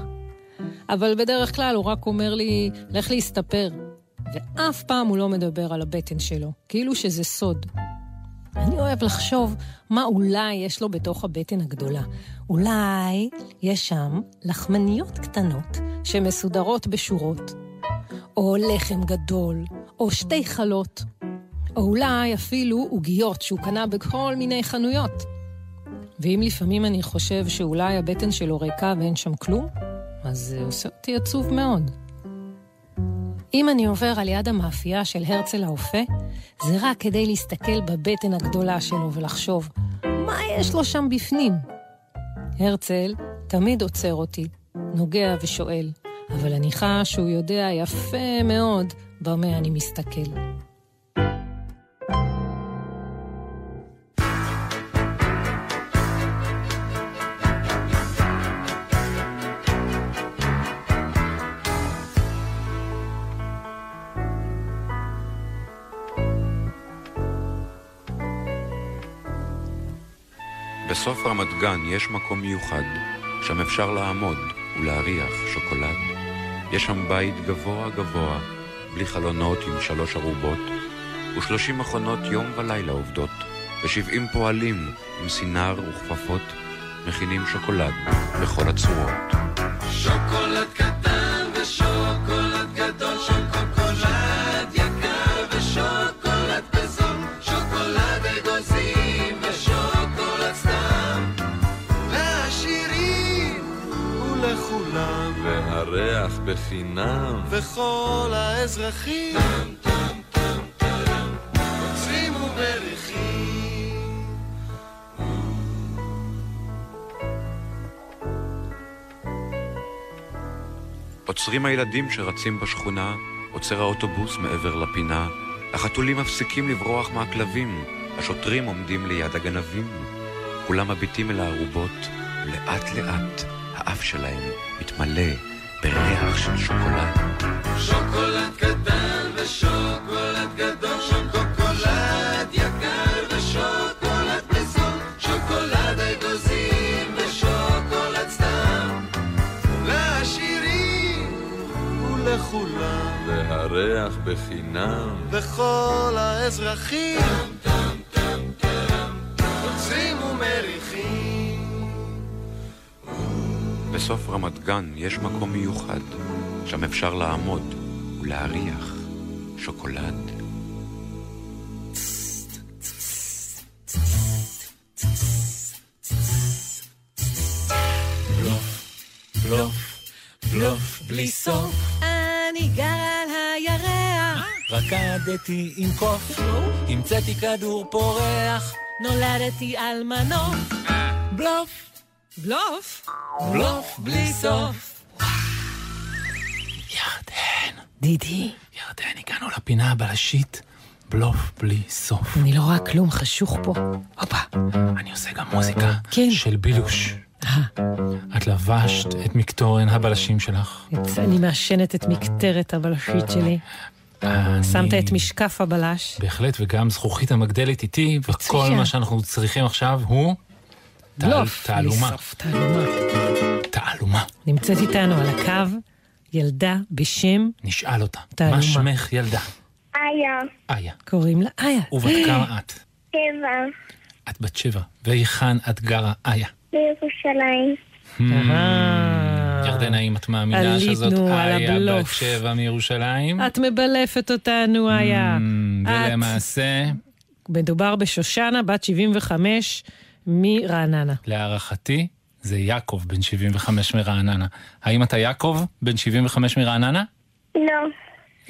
S3: אבל בדרך כלל הוא רק אומר לי, לך להסתפר. ואף פעם הוא לא מדבר על הבטן שלו, כאילו שזה סוד. אני אוהב לחשוב מה אולי יש לו בתוך הבטן הגדולה. אולי יש שם לחמניות קטנות שמסודרות בשורות. או לחם גדול, או שתי חלות. או אולי אפילו עוגיות שהוא קנה בכל מיני חנויות. ואם לפעמים אני חושב שאולי הבטן שלו ריקה ואין שם כלום, אז זה עושה אותי עצוב מאוד. אם אני עובר על יד המאפייה של הרצל האופה, זה רק כדי להסתכל בבטן הגדולה שלו ולחשוב, מה יש לו שם בפנים? הרצל תמיד עוצר אותי, נוגע ושואל, אבל אני חש שהוא יודע יפה מאוד במה אני מסתכל.
S10: בסוף רמת גן יש מקום מיוחד, שם אפשר לעמוד ולהריח שוקולד. יש שם בית גבוה גבוה, בלי חלונות עם שלוש ארובות, ושלושים מכונות יום ולילה עובדות, ושבעים פועלים עם סינר וכפפות, מכינים שוקולד בכל הצורות.
S9: שוקולד קטן ושוקולד גדול, שוקולד יקר ושוקולד בזול, שוקולד אגוזים ושוקולד סתם, לעשירים ולכולם, והריח בחינם, וכל האזרחים, עוצרים ומריחים.
S10: עוצרים הילדים שרצים בשכונה, עוצר האוטובוס מעבר לפינה, החתולים מפסיקים לברוח מהכלבים, השוטרים עומדים ליד הגנבים. כולם מביטים אל הארובות, ולאט לאט האף שלהם מתמלא בריח של שוקולד.
S9: שוקולד קטן ושוקולד גדול, שוקולד יקר ושוקולד בזול, שוקולד אגוזים ושוקולד סתם, לעשירים ולכולם, והריח בחינם, וכל האזרחים, עוצרים ומריחים.
S10: בסוף רמת גן יש מקום מיוחד, שם אפשר לעמוד ולהריח שוקולד.
S2: בלוף, בלוף בלי סוף,
S11: אני גר על הירח,
S2: רקדתי עם קוף, המצאתי כדור פורח,
S11: נולדתי על מנוף.
S9: אה.
S2: בלוף,
S11: בלוף?
S2: בלוף בלי סוף. ירדן,
S3: דידי,
S2: ירדן, הגענו לפינה הבלשית, בלוף בלי סוף.
S3: אני לא רואה כלום חשוך פה.
S2: הופה, אני עושה גם מוזיקה
S3: כן.
S2: של בילוש.
S3: אה,
S7: את לבשת את מקטורן הבלשים שלך.
S3: את- אני מעשנת את מקטרת הבלשית שלי.
S7: אני-
S3: שמת את משקף הבלש.
S7: בהחלט, וגם זכוכית המגדלת איתי, וכל
S3: מצוין.
S7: מה שאנחנו צריכים עכשיו הוא... תעל-
S3: בלוף.
S7: תעלומה.
S3: בסוף, תעלומה.
S7: תעלומה.
S3: נמצאת איתנו על הקו ילדה בשם
S7: נשאל אותה.
S3: תעלומה.
S7: מה שמך ילדה? איה,
S2: איה.
S3: קוראים לה איה.
S2: ובת כמה את?
S7: טבע,
S2: את בת שבע. והיכן את גרה, איה?
S7: בירושלים.
S2: ירדנה, אם את מאמינה
S3: עלית,
S2: שזאת
S3: נו, על
S2: איה בת
S3: הבלוף.
S2: שבע מירושלים?
S3: את מבלפת אותנו, איה.
S2: Mm,
S3: את.
S2: ולמעשה,
S3: מדובר בשושנה, בת 75, מרעננה.
S2: להערכתי, זה יעקב בן 75 מרעננה. האם אתה יעקב בן 75 מרעננה?
S7: לא.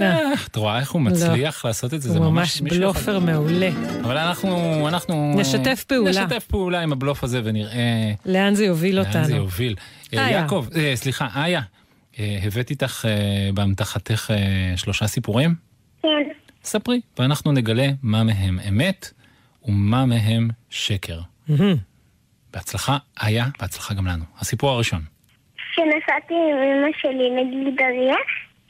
S3: אה,
S2: את רואה איך הוא
S3: לא.
S2: מצליח לעשות את זה? זה
S3: הוא ממש
S2: מישהו יכול-
S3: בלופר מעולה.
S2: אבל אנחנו, אנחנו...
S3: נשתף פעולה.
S2: נשתף פעולה עם הבלוף הזה ונראה
S3: לאן זה יוביל
S2: לאן זה
S3: אותנו?
S2: יוביל. אה,
S3: לא איה.
S2: יעקב, אה, סליחה, איה, אה, הבאת איתך אה, באמתחתך אה, שלושה סיפורים?
S7: כן,
S2: ספרי, ואנחנו נגלה מה מהם אמת ומה מהם שקר.
S3: מהמם.
S2: בהצלחה, איה, בהצלחה גם לנו. הסיפור הראשון.
S7: כשנסעתי עם אמא שלי לגלידריה,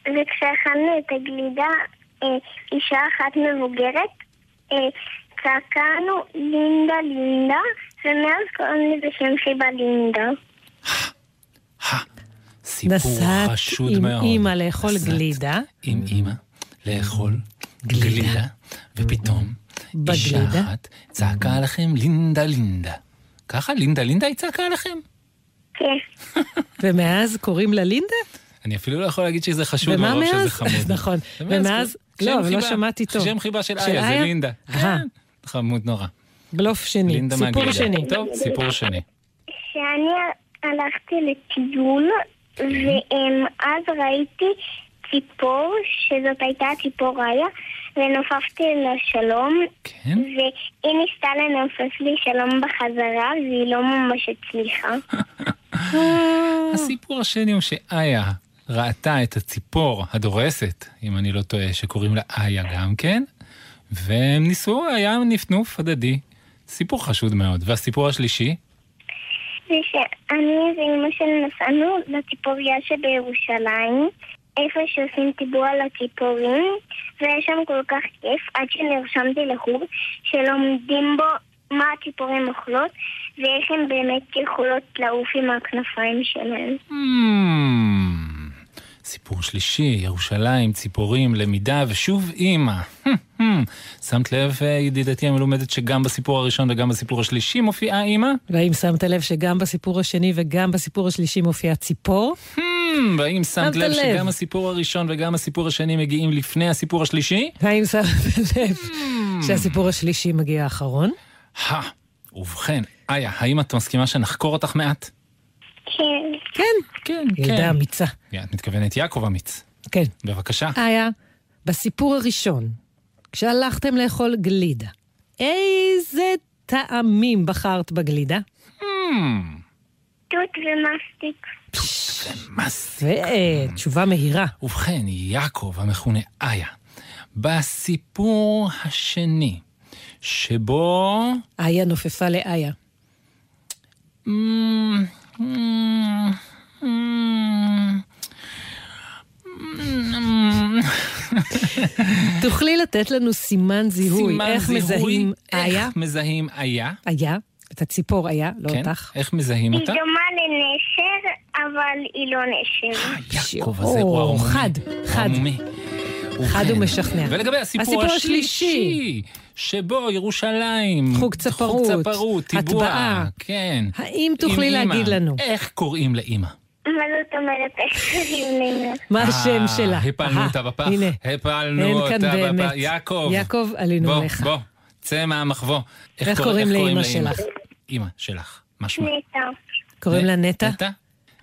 S7: וכשאכלנו את הגלידה, אה, אישה אחת מבוגרת אה, צעקה לנו לינדה לינדה, ומאז קוראים לזה שם חיבה לינדה.
S2: סיפור
S3: נסעת
S2: חשוד
S3: עם
S2: מאוד.
S3: אימא לאכול
S2: נסעת
S3: גלידה.
S2: עם אימא לאכול גלידה, ופתאום אישה
S3: בגלידה?
S2: אחת צעקה עליכם לינדה לינדה. ככה לינדה לינדה היא צעקה עליכם?
S7: כן.
S3: ומאז קוראים לה לינדה?
S2: אני אפילו לא יכול להגיד שזה חשוד
S3: ומה
S2: מרוב שזה
S3: מאז?
S2: חמוד.
S3: נכון. ומאז?
S2: שם
S3: לא, אבל לא
S2: חיבה.
S3: שמעתי טוב.
S2: שם חיבה של
S3: של
S2: איה, זה
S3: איה?
S2: לינדה.
S3: אהה.
S2: כן, חמוד נורא.
S3: אה, בלוף שני.
S2: לינדה
S3: סיפור
S2: מהגלידה.
S3: שני.
S2: טוב, סיפור שני.
S7: כשאני הלכתי לטיול, ואז ראיתי ציפור, שזאת הייתה הציפור ריה, ונופפתי לה שלום,
S2: כן?
S7: והיא ניסתה לנופף לי שלום בחזרה, והיא לא ממש הצליחה.
S2: הסיפור השני הוא שאיה ראתה את הציפור הדורסת, אם אני לא טועה, שקוראים לה איה גם כן, והם ניסו, היה נפנוף הדדי. סיפור חשוד מאוד. והסיפור השלישי?
S7: זה שאני ואימא שלי נסענו לציפוריה שבירושלים, איפה שעושים טיבור על הציפורים, והיה שם כל כך כיף, עד שנרשמתי לחוג שלומדים בו מה הציפורים אוכלות, ואיך הן באמת יכולות לעוף עם הכנפיים שלהן.
S2: Hmm, סיפור שלישי, ירושלים, ציפורים, למידה, ושוב אימא. Hmm, hmm. שמת לב, אה, ידידתי המלומדת, שגם בסיפור הראשון וגם בסיפור השלישי מופיעה אימא?
S3: והאם שמת לב שגם בסיפור השני וגם בסיפור השלישי מופיעה ציפור?
S2: Hmm, והאם שמת
S3: שמת
S2: לב
S3: לב.
S2: שגם הסיפור הראשון וגם הסיפור השני מגיעים לפני הסיפור השלישי?
S3: האם שמת לב שהסיפור השלישי מגיע האחרון?
S2: Hmm. הא, ובכן, איה, האם את מסכימה שנחקור אותך מעט?
S7: כן.
S3: כן.
S2: כן,
S3: ילדה אמיצה.
S2: את מתכוונת יעקב אמיץ.
S3: כן.
S2: בבקשה.
S3: איה, בסיפור הראשון, כשהלכתם לאכול גלידה, איזה טעמים בחרת בגלידה?
S2: Hmm,
S7: תות ומסטיק.
S2: מה זה?
S3: ותשובה אה, מהירה.
S2: ובכן, יעקב המכונה איה, בסיפור השני, שבו...
S3: איה נופפה לאיה.
S2: Mm, mm, mm, mm,
S3: תוכלי לתת לנו סימן זיהוי,
S2: סימן
S3: איך
S2: זיהוי,
S3: מזהים איה?
S2: איך מזהים איה?
S3: איה, את הציפור איה, לא
S2: כן,
S3: אותך.
S2: איך מזהים
S7: היא
S2: אותה?
S7: דומה לנשר, אבל היא לא נשר.
S2: יעקב
S3: או,
S2: הזה הוא ערמומי.
S3: חד, חד.
S2: ערמומי.
S3: חד
S2: ובכן,
S3: ומשכנע.
S2: אוקיי. ולגבי הסיפור
S3: הסיפור
S2: השלישי, שבו ירושלים,
S3: חוג צפרות,
S2: חוג צפרות, טיבוע,
S3: הטבעה.
S2: כן.
S3: האם
S2: עם
S3: תוכלי
S2: אימא.
S3: להגיד לנו
S2: איך קוראים לאימא?
S7: מה זאת אומרת? איך קוראים לנו?
S3: מה
S2: אה,
S3: השם שלה?
S2: הפלנו
S3: אהה,
S2: אותה בפח.
S3: הנה,
S2: הפלנו
S3: אין
S2: אותה
S3: כאן
S2: בפח.
S3: באמת.
S2: יעקב.
S3: יעקב, עלינו
S2: בוא,
S3: עליך.
S2: בוא, צא מהמחבוא.
S3: איך
S2: קורא-
S3: קוראים לאימא
S2: לאימא?
S3: שלך?
S2: אימא שלך, מה שמה?
S7: נטע.
S3: קוראים לה
S2: נ-
S3: נטע?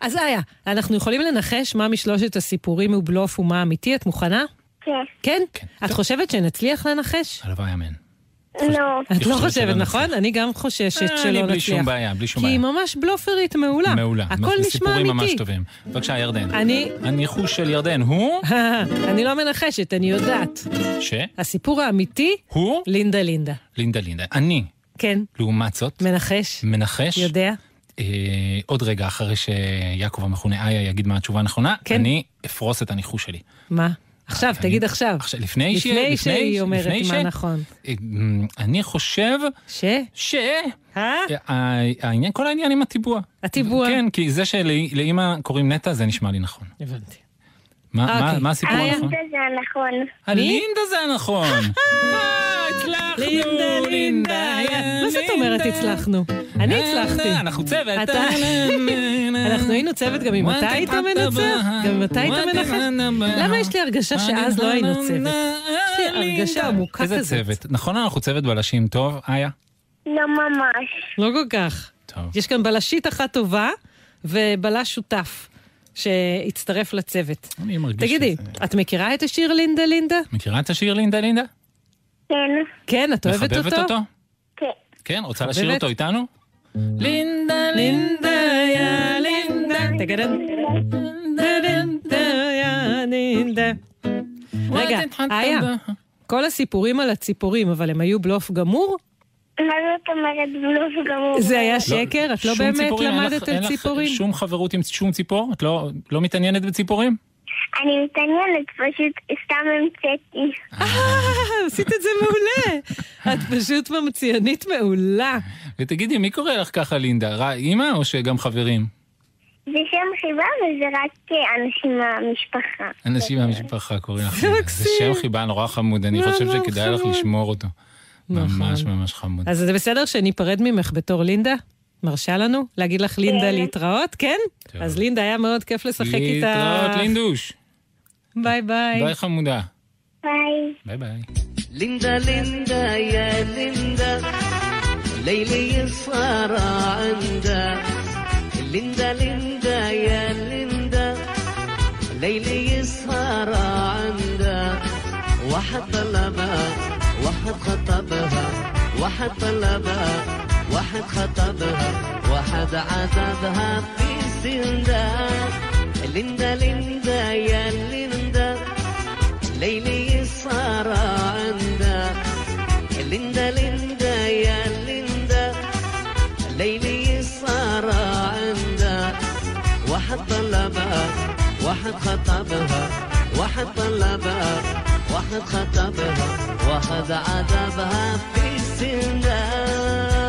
S3: אז איה, אנחנו יכולים לנחש מה משלושת הסיפורים הוא בלוף ומה אמיתי? את מוכנה?
S7: כן.
S3: כן?
S2: כן.
S3: את חושבת שנצליח לנחש?
S2: הלוואי אמן.
S7: לא.
S3: את לא
S2: חושבת שלא
S3: חושבת,
S2: נצליח.
S3: נכון? אני גם חוששת
S2: אה,
S3: שלא נצליח.
S2: אני בלי שום בעיה, בלי שום
S3: כי היא
S2: בעיה.
S3: ממש בלופרית מעולה.
S2: מעולה.
S3: לא, הכל נשמע
S2: סיפורים ממש
S3: אמיתי.
S2: טובים. בבקשה, ירדן.
S3: אני...
S2: הניחוש של ירדן הוא?
S3: אני לא מנחשת, אני יודעת.
S2: ש?
S3: הסיפור האמיתי,
S2: הוא?
S3: לינדה לינדה.
S2: לינדה לינדה. אני,
S3: כן,
S2: לעומת זאת,
S3: מנחש,
S2: מנחש,
S3: יודע.
S2: אה, עוד רגע אחרי שיעקב המכונה איה יגיד מה התשובה הנכונה,
S3: כן.
S2: אני אפרוס את הניחוש שלי.
S3: מה? עכשיו,
S2: אני-
S3: תגיד עכשיו.
S2: עכשיו, לפני ש...
S3: לפני שהיא אומרת
S2: לפני
S3: מה
S2: ש-
S3: נכון.
S2: אה, מ, אני חושב
S3: ש?
S2: ש...
S3: אה?
S2: אה, העניין, כל העניין עם הטיבוע.
S3: הטיבוע.
S2: כן, כי זה שלאימא קוראים נטע, זה נשמע לי נכון.
S3: הבנתי.
S2: מה- מה
S3: אוקיי.
S2: מה הסיפור
S3: אה,
S2: הנכון?
S7: זה נכון. הנכון.
S2: הלינדה זה הנכון. אה, הצלחנו,
S3: לינדה, לינדה, היה. מה זאת אומרת הצלחנו? אני הצלחתי.
S2: אנחנו צוות.
S3: אתה- אנחנו היינו צוות גם אם אתה היית מנצח, גם אם אתה היית מנחש. למה יש לי הרגשה שאז לא היינו צוות? יש לי הרגשה עמוקה
S2: איזה
S3: כזאת.
S2: צוות. נכון אנחנו צוות בלשים טוב, איה?
S7: לא ממש.
S3: לא כל כך.
S2: טוב.
S3: יש כאן בלשית אחת טובה ובלש שותף שהצטרף לצוות.
S2: אני מרגיש
S3: תגידי,
S2: שזה-
S3: את מכירה את השיר לינדה לינדה?
S2: מכירה את השיר לינדה לינדה?
S7: כן.
S3: כן, את אוהבת אותו?
S2: מחבבת אותו?
S7: כן.
S2: כן, רוצה לשיר
S3: מחבבת?
S2: אותו איתנו?
S3: לינדה, לינדה, יא לינדה. תגדם. לינדה, לינדה, יא לינדה. רגע, איה, כל הסיפורים על הציפורים, אבל הם היו בלוף גמור?
S7: מה זאת אומרת בלוף גמור?
S3: זה היה
S2: לא,
S3: שקר? את לא
S2: שום
S3: באמת
S2: ציפורים, אין לך-
S3: למדת
S2: אין
S3: על
S2: לך
S3: ציפורים?
S2: שום חברות עם שום ציפור? את לא לא מתעניינת בציפורים?
S7: אני מתעניינת, פשוט סתם המצאתי.
S3: אה, עשית את זה מעולה. את פשוט ממציאנית מעולה.
S2: ותגידי, מי קורא לך ככה לינדה? רע אימא או שגם חברים?
S7: זה שם חיבה וזה רק אה, אנשים מהמשפחה.
S2: אנשים מהמשפחה קוראים לך
S3: זה
S2: לינדה. זה
S3: מקסים.
S2: שם חיבה נורא חמוד, אני
S3: נורא
S2: חושב שכדאי לך
S3: חמוד.
S2: לשמור אותו. ממש
S3: נכון.
S2: ממש חמוד.
S3: אז זה בסדר שניפרד ממך בתור לינדה? מרשה לנו? להגיד לך לינדה
S7: כן.
S3: להתראות? כן?
S2: טוב.
S3: אז לינדה, היה מאוד כיף לשחק איתך.
S2: להתראות לינדוש.
S3: ביי ביי.
S2: ביי חמודה.
S7: ביי.
S2: ביי ביי.
S5: ليندا ليندا يا ليندا ليلي صار عندها ليندا ليندا يا ليندا ليلي صار عندها واحد طلبها واحد خطبها واحد طلبها واحد خطبها واحد عذبها في سندا ليندا ليندا يا ليندا ليلي صار عندها ليندا ليندا يا ليندا ليلي صار عندها واحد طلبها واحد خطبها واحد طلبها واحد خطبها واحد عذبها في سنها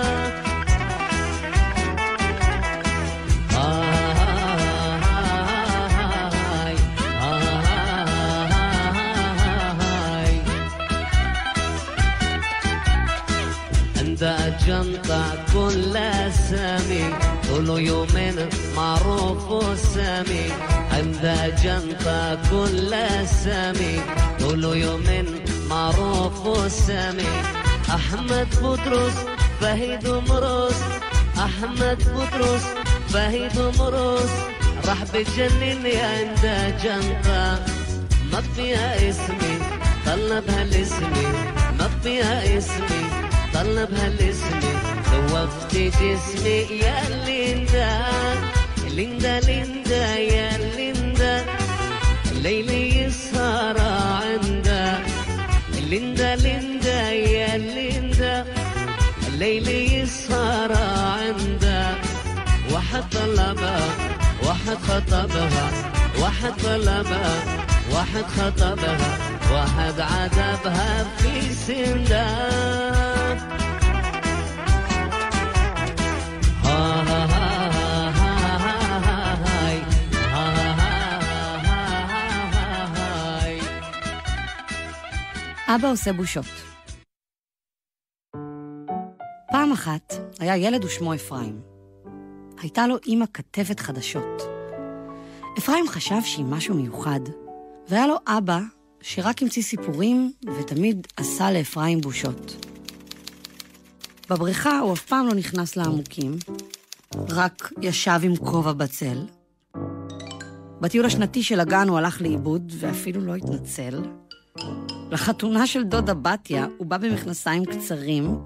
S5: عندها جنطة كل سامي طول يومين معروف وسامي عندها جنطة كل سامي طول يومين معروف وسامي أحمد بطرس فهيد ومروس أحمد بطرس فهيد ومروس راح بجنني عندها جنطة مطفيها اسمي طلبها لاسمي مطفيها اسمي طلبها لاسمي دوبت جسمي يا ليندا ليندا ليندا يا ليندا ليلي صار عندها ليندا ليندا يا ليندا ليلي صار عندها واحد طلبها واحد خطبها واحد طلبها واحد خطبها واحد عذبها في سندا ها ها ها ها ها هاي. ها ها ها ها هاي.
S12: אבא עושה בושות. פעם אחת היה ילד ושמו אפרים. הייתה לו אימא כתבת חדשות. אפרים חשב שהיא משהו מיוחד, והיה לו אבא שרק המציא סיפורים ותמיד עשה לאפרים בושות. בבריכה הוא אף פעם לא נכנס לעמוקים, רק ישב עם כובע בצל. בטיול השנתי של הגן הוא הלך לאיבוד ואפילו לא התנצל. לחתונה של דודה בתיה הוא בא במכנסיים קצרים,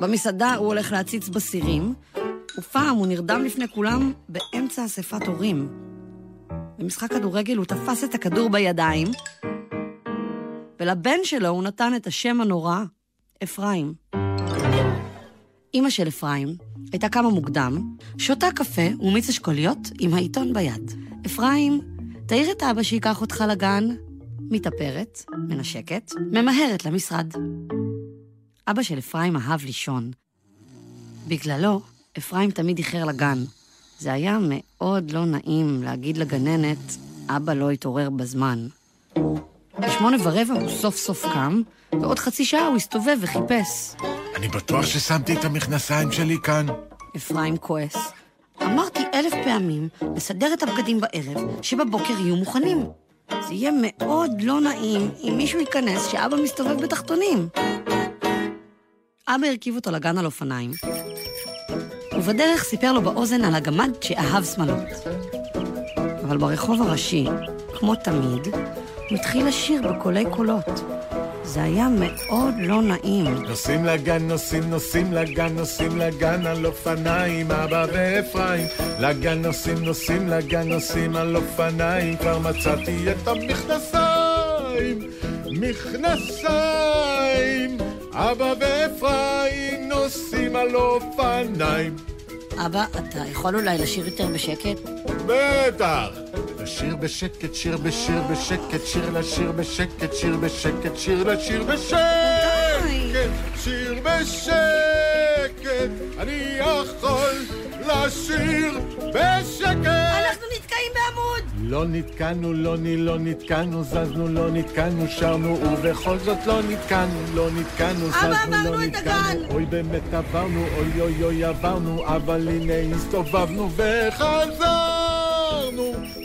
S12: במסעדה הוא הולך להציץ בסירים, ופעם הוא נרדם לפני כולם באמצע אספת הורים. במשחק כדורגל הוא תפס את הכדור בידיים, ולבן שלו הוא נתן את השם הנורא, אפרים. אימא של אפרים הייתה קמה מוקדם, שותה קפה ומיץ אשכוליות עם העיתון ביד. אפרים, תעיר את אבא שייקח אותך לגן, מתאפרת, מנשקת, ממהרת למשרד. אבא של אפרים אהב לישון. בגללו, אפרים תמיד איחר לגן. זה היה מאוד לא נעים להגיד לגננת, אבא לא התעורר בזמן. בשמונה ורבע הוא סוף סוף קם, ועוד חצי שעה הוא הסתובב וחיפש.
S13: אני בטוח ששמתי את המכנסיים שלי כאן.
S12: אפרים כועס. אמרתי אלף פעמים, נסדר את הבגדים בערב, שבבוקר יהיו מוכנים. זה יהיה מאוד לא נעים אם מישהו ייכנס שאבא מסתובב בתחתונים. אבא הרכיב אותו לגן על אופניים, ובדרך סיפר לו באוזן על הגמד שאהב שמלות. אבל ברחוב הראשי, כמו תמיד, הוא התחיל לשיר בקולי קולות. זה היה מאוד לא נעים.
S13: נוסעים לגן, נוסעים, נוסעים לגן, נוסעים לגן על אופניים, אבא ואפרים. לגן נוסעים, נוסעים לגן, נוסעים על אופניים, כבר מצאתי את המכנסיים, מכנסיים. אבא ואפרים נוסעים על אופניים.
S12: אבא, אתה יכול אולי לשיר יותר בשקט?
S13: בטח! שיר בשקט, שיר בשיר בשקט, שיר לשיר בשקט, שיר בשקט, שיר לשיר בשקט, שיר בשקט, אני יכול לשיר בשקט.
S12: אנחנו נתקעים בעמוד!
S13: לא נתקענו, לא ני, לא נתקענו, זזנו, לא נתקענו, שרנו, ובכל זאת לא נתקענו, לא נתקענו,
S12: אבא,
S13: זזנו,
S12: עברנו
S13: לא
S12: את
S13: נתקענו.
S12: הגן.
S13: אוי, באמת עברנו, אוי אוי אוי עברנו, אבל הנה הסתובבנו וחזרנו,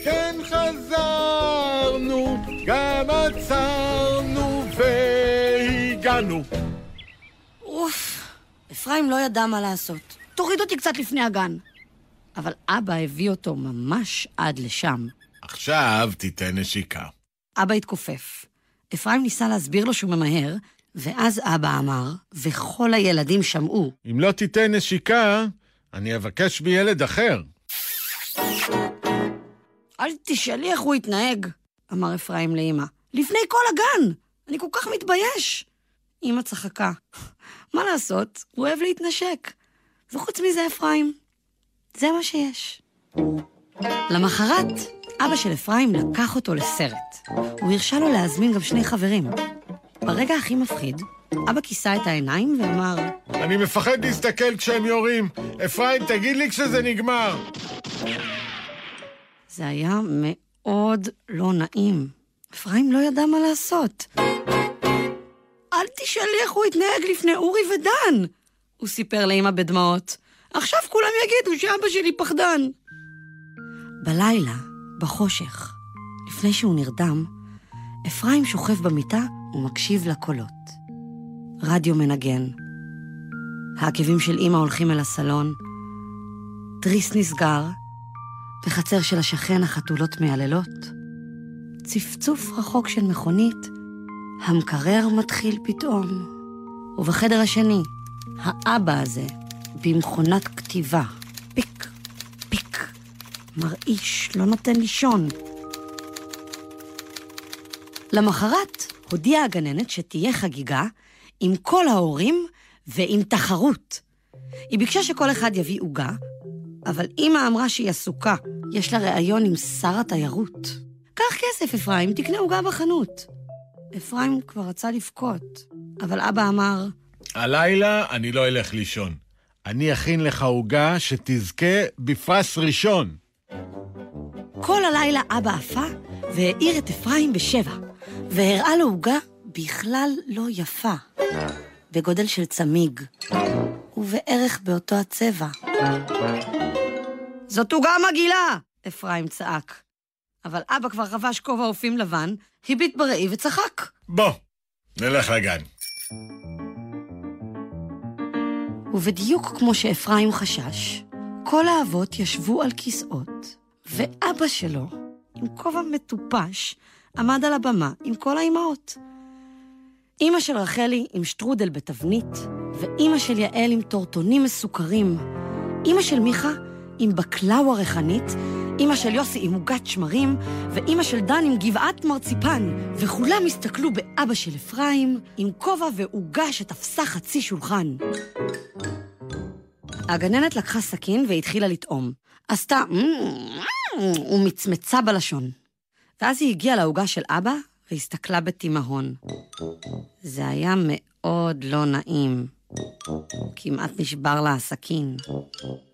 S13: כן חזרנו, גם עצרנו והגענו.
S12: אוף. אפרים לא ידע מה לעשות. תוריד אותי קצת לפני הגן. אבל אבא הביא אותו ממש עד לשם.
S13: עכשיו תיתן נשיקה.
S12: אבא התכופף. אפרים ניסה להסביר לו שהוא ממהר, ואז אבא אמר, וכל הילדים שמעו.
S13: אם לא תיתן נשיקה, אני אבקש מילד אחר.
S12: אל תשאלי איך הוא התנהג, אמר אפרים לאמא. לפני כל הגן! אני כל כך מתבייש! אמא צחקה. מה לעשות, הוא אוהב להתנשק. וחוץ מזה, אפרים, זה מה שיש. למחרת, אבא של אפרים לקח אותו לסרט. הוא הרשה לו להזמין גם שני חברים. ברגע הכי מפחיד, אבא כיסה את העיניים ואמר,
S13: אני מפחד להסתכל כשהם יורים. אפרים, תגיד לי כשזה נגמר.
S12: זה היה מאוד לא נעים. אפרים לא ידע מה לעשות. אל תשאלי איך הוא התנהג לפני אורי ודן! הוא סיפר לאמא בדמעות. עכשיו כולם יגידו שאבא שלי פחדן. בלילה, בחושך, לפני שהוא נרדם, אפרים שוכב במיטה ומקשיב לקולות. רדיו מנגן. העקבים של אמא הולכים אל הסלון. תריס נסגר, בחצר של השכן החתולות מייללות. צפצוף רחוק של מכונית, המקרר מתחיל פתאום. ובחדר השני, האבא הזה, במכונת כתיבה, פיק, פיק, מרעיש, לא נותן לישון. למחרת הודיעה הגננת שתהיה חגיגה עם כל ההורים ועם תחרות. היא ביקשה שכל אחד יביא עוגה, אבל אימא אמרה שהיא עסוקה, יש לה ראיון עם שר התיירות. קח כסף, אפרים, תקנה עוגה בחנות. אפרים כבר רצה לבכות, אבל אבא אמר,
S13: הלילה אני לא אלך לישון. אני אכין לך עוגה שתזכה בפרס ראשון.
S12: כל הלילה אבא עפה והאיר את אפרים בשבע, והראה לו עוגה בכלל לא יפה, בגודל של צמיג, ובערך באותו הצבע. זאת עוגה מגעילה! אפרים צעק. אבל אבא כבר חבש כובע אופים לבן, הביט בראי וצחק.
S13: בוא, נלך לגן.
S12: ובדיוק כמו שאפרים חשש, כל האבות ישבו על כיסאות, ואבא שלו, עם כובע מטופש, עמד על הבמה עם כל האימהות. אימא של רחלי עם שטרודל בתבנית, ואימא של יעל עם טורטונים מסוכרים, אימא של מיכה עם בקלאווה ריחנית, אימא של יוסי עם עוגת שמרים, ואימא של דן עם גבעת מרציפן, וכולם הסתכלו באבא של אפרים עם כובע ועוגה שתפסה חצי שולחן. הגננת לקחה סכין והתחילה לטעום. עשתה ומצמצה בלשון. ואז היא הגיעה לעוגה של אבא והסתכלה בתימהון. זה היה מאוד לא נעים. כמעט נשבר לה הסכין.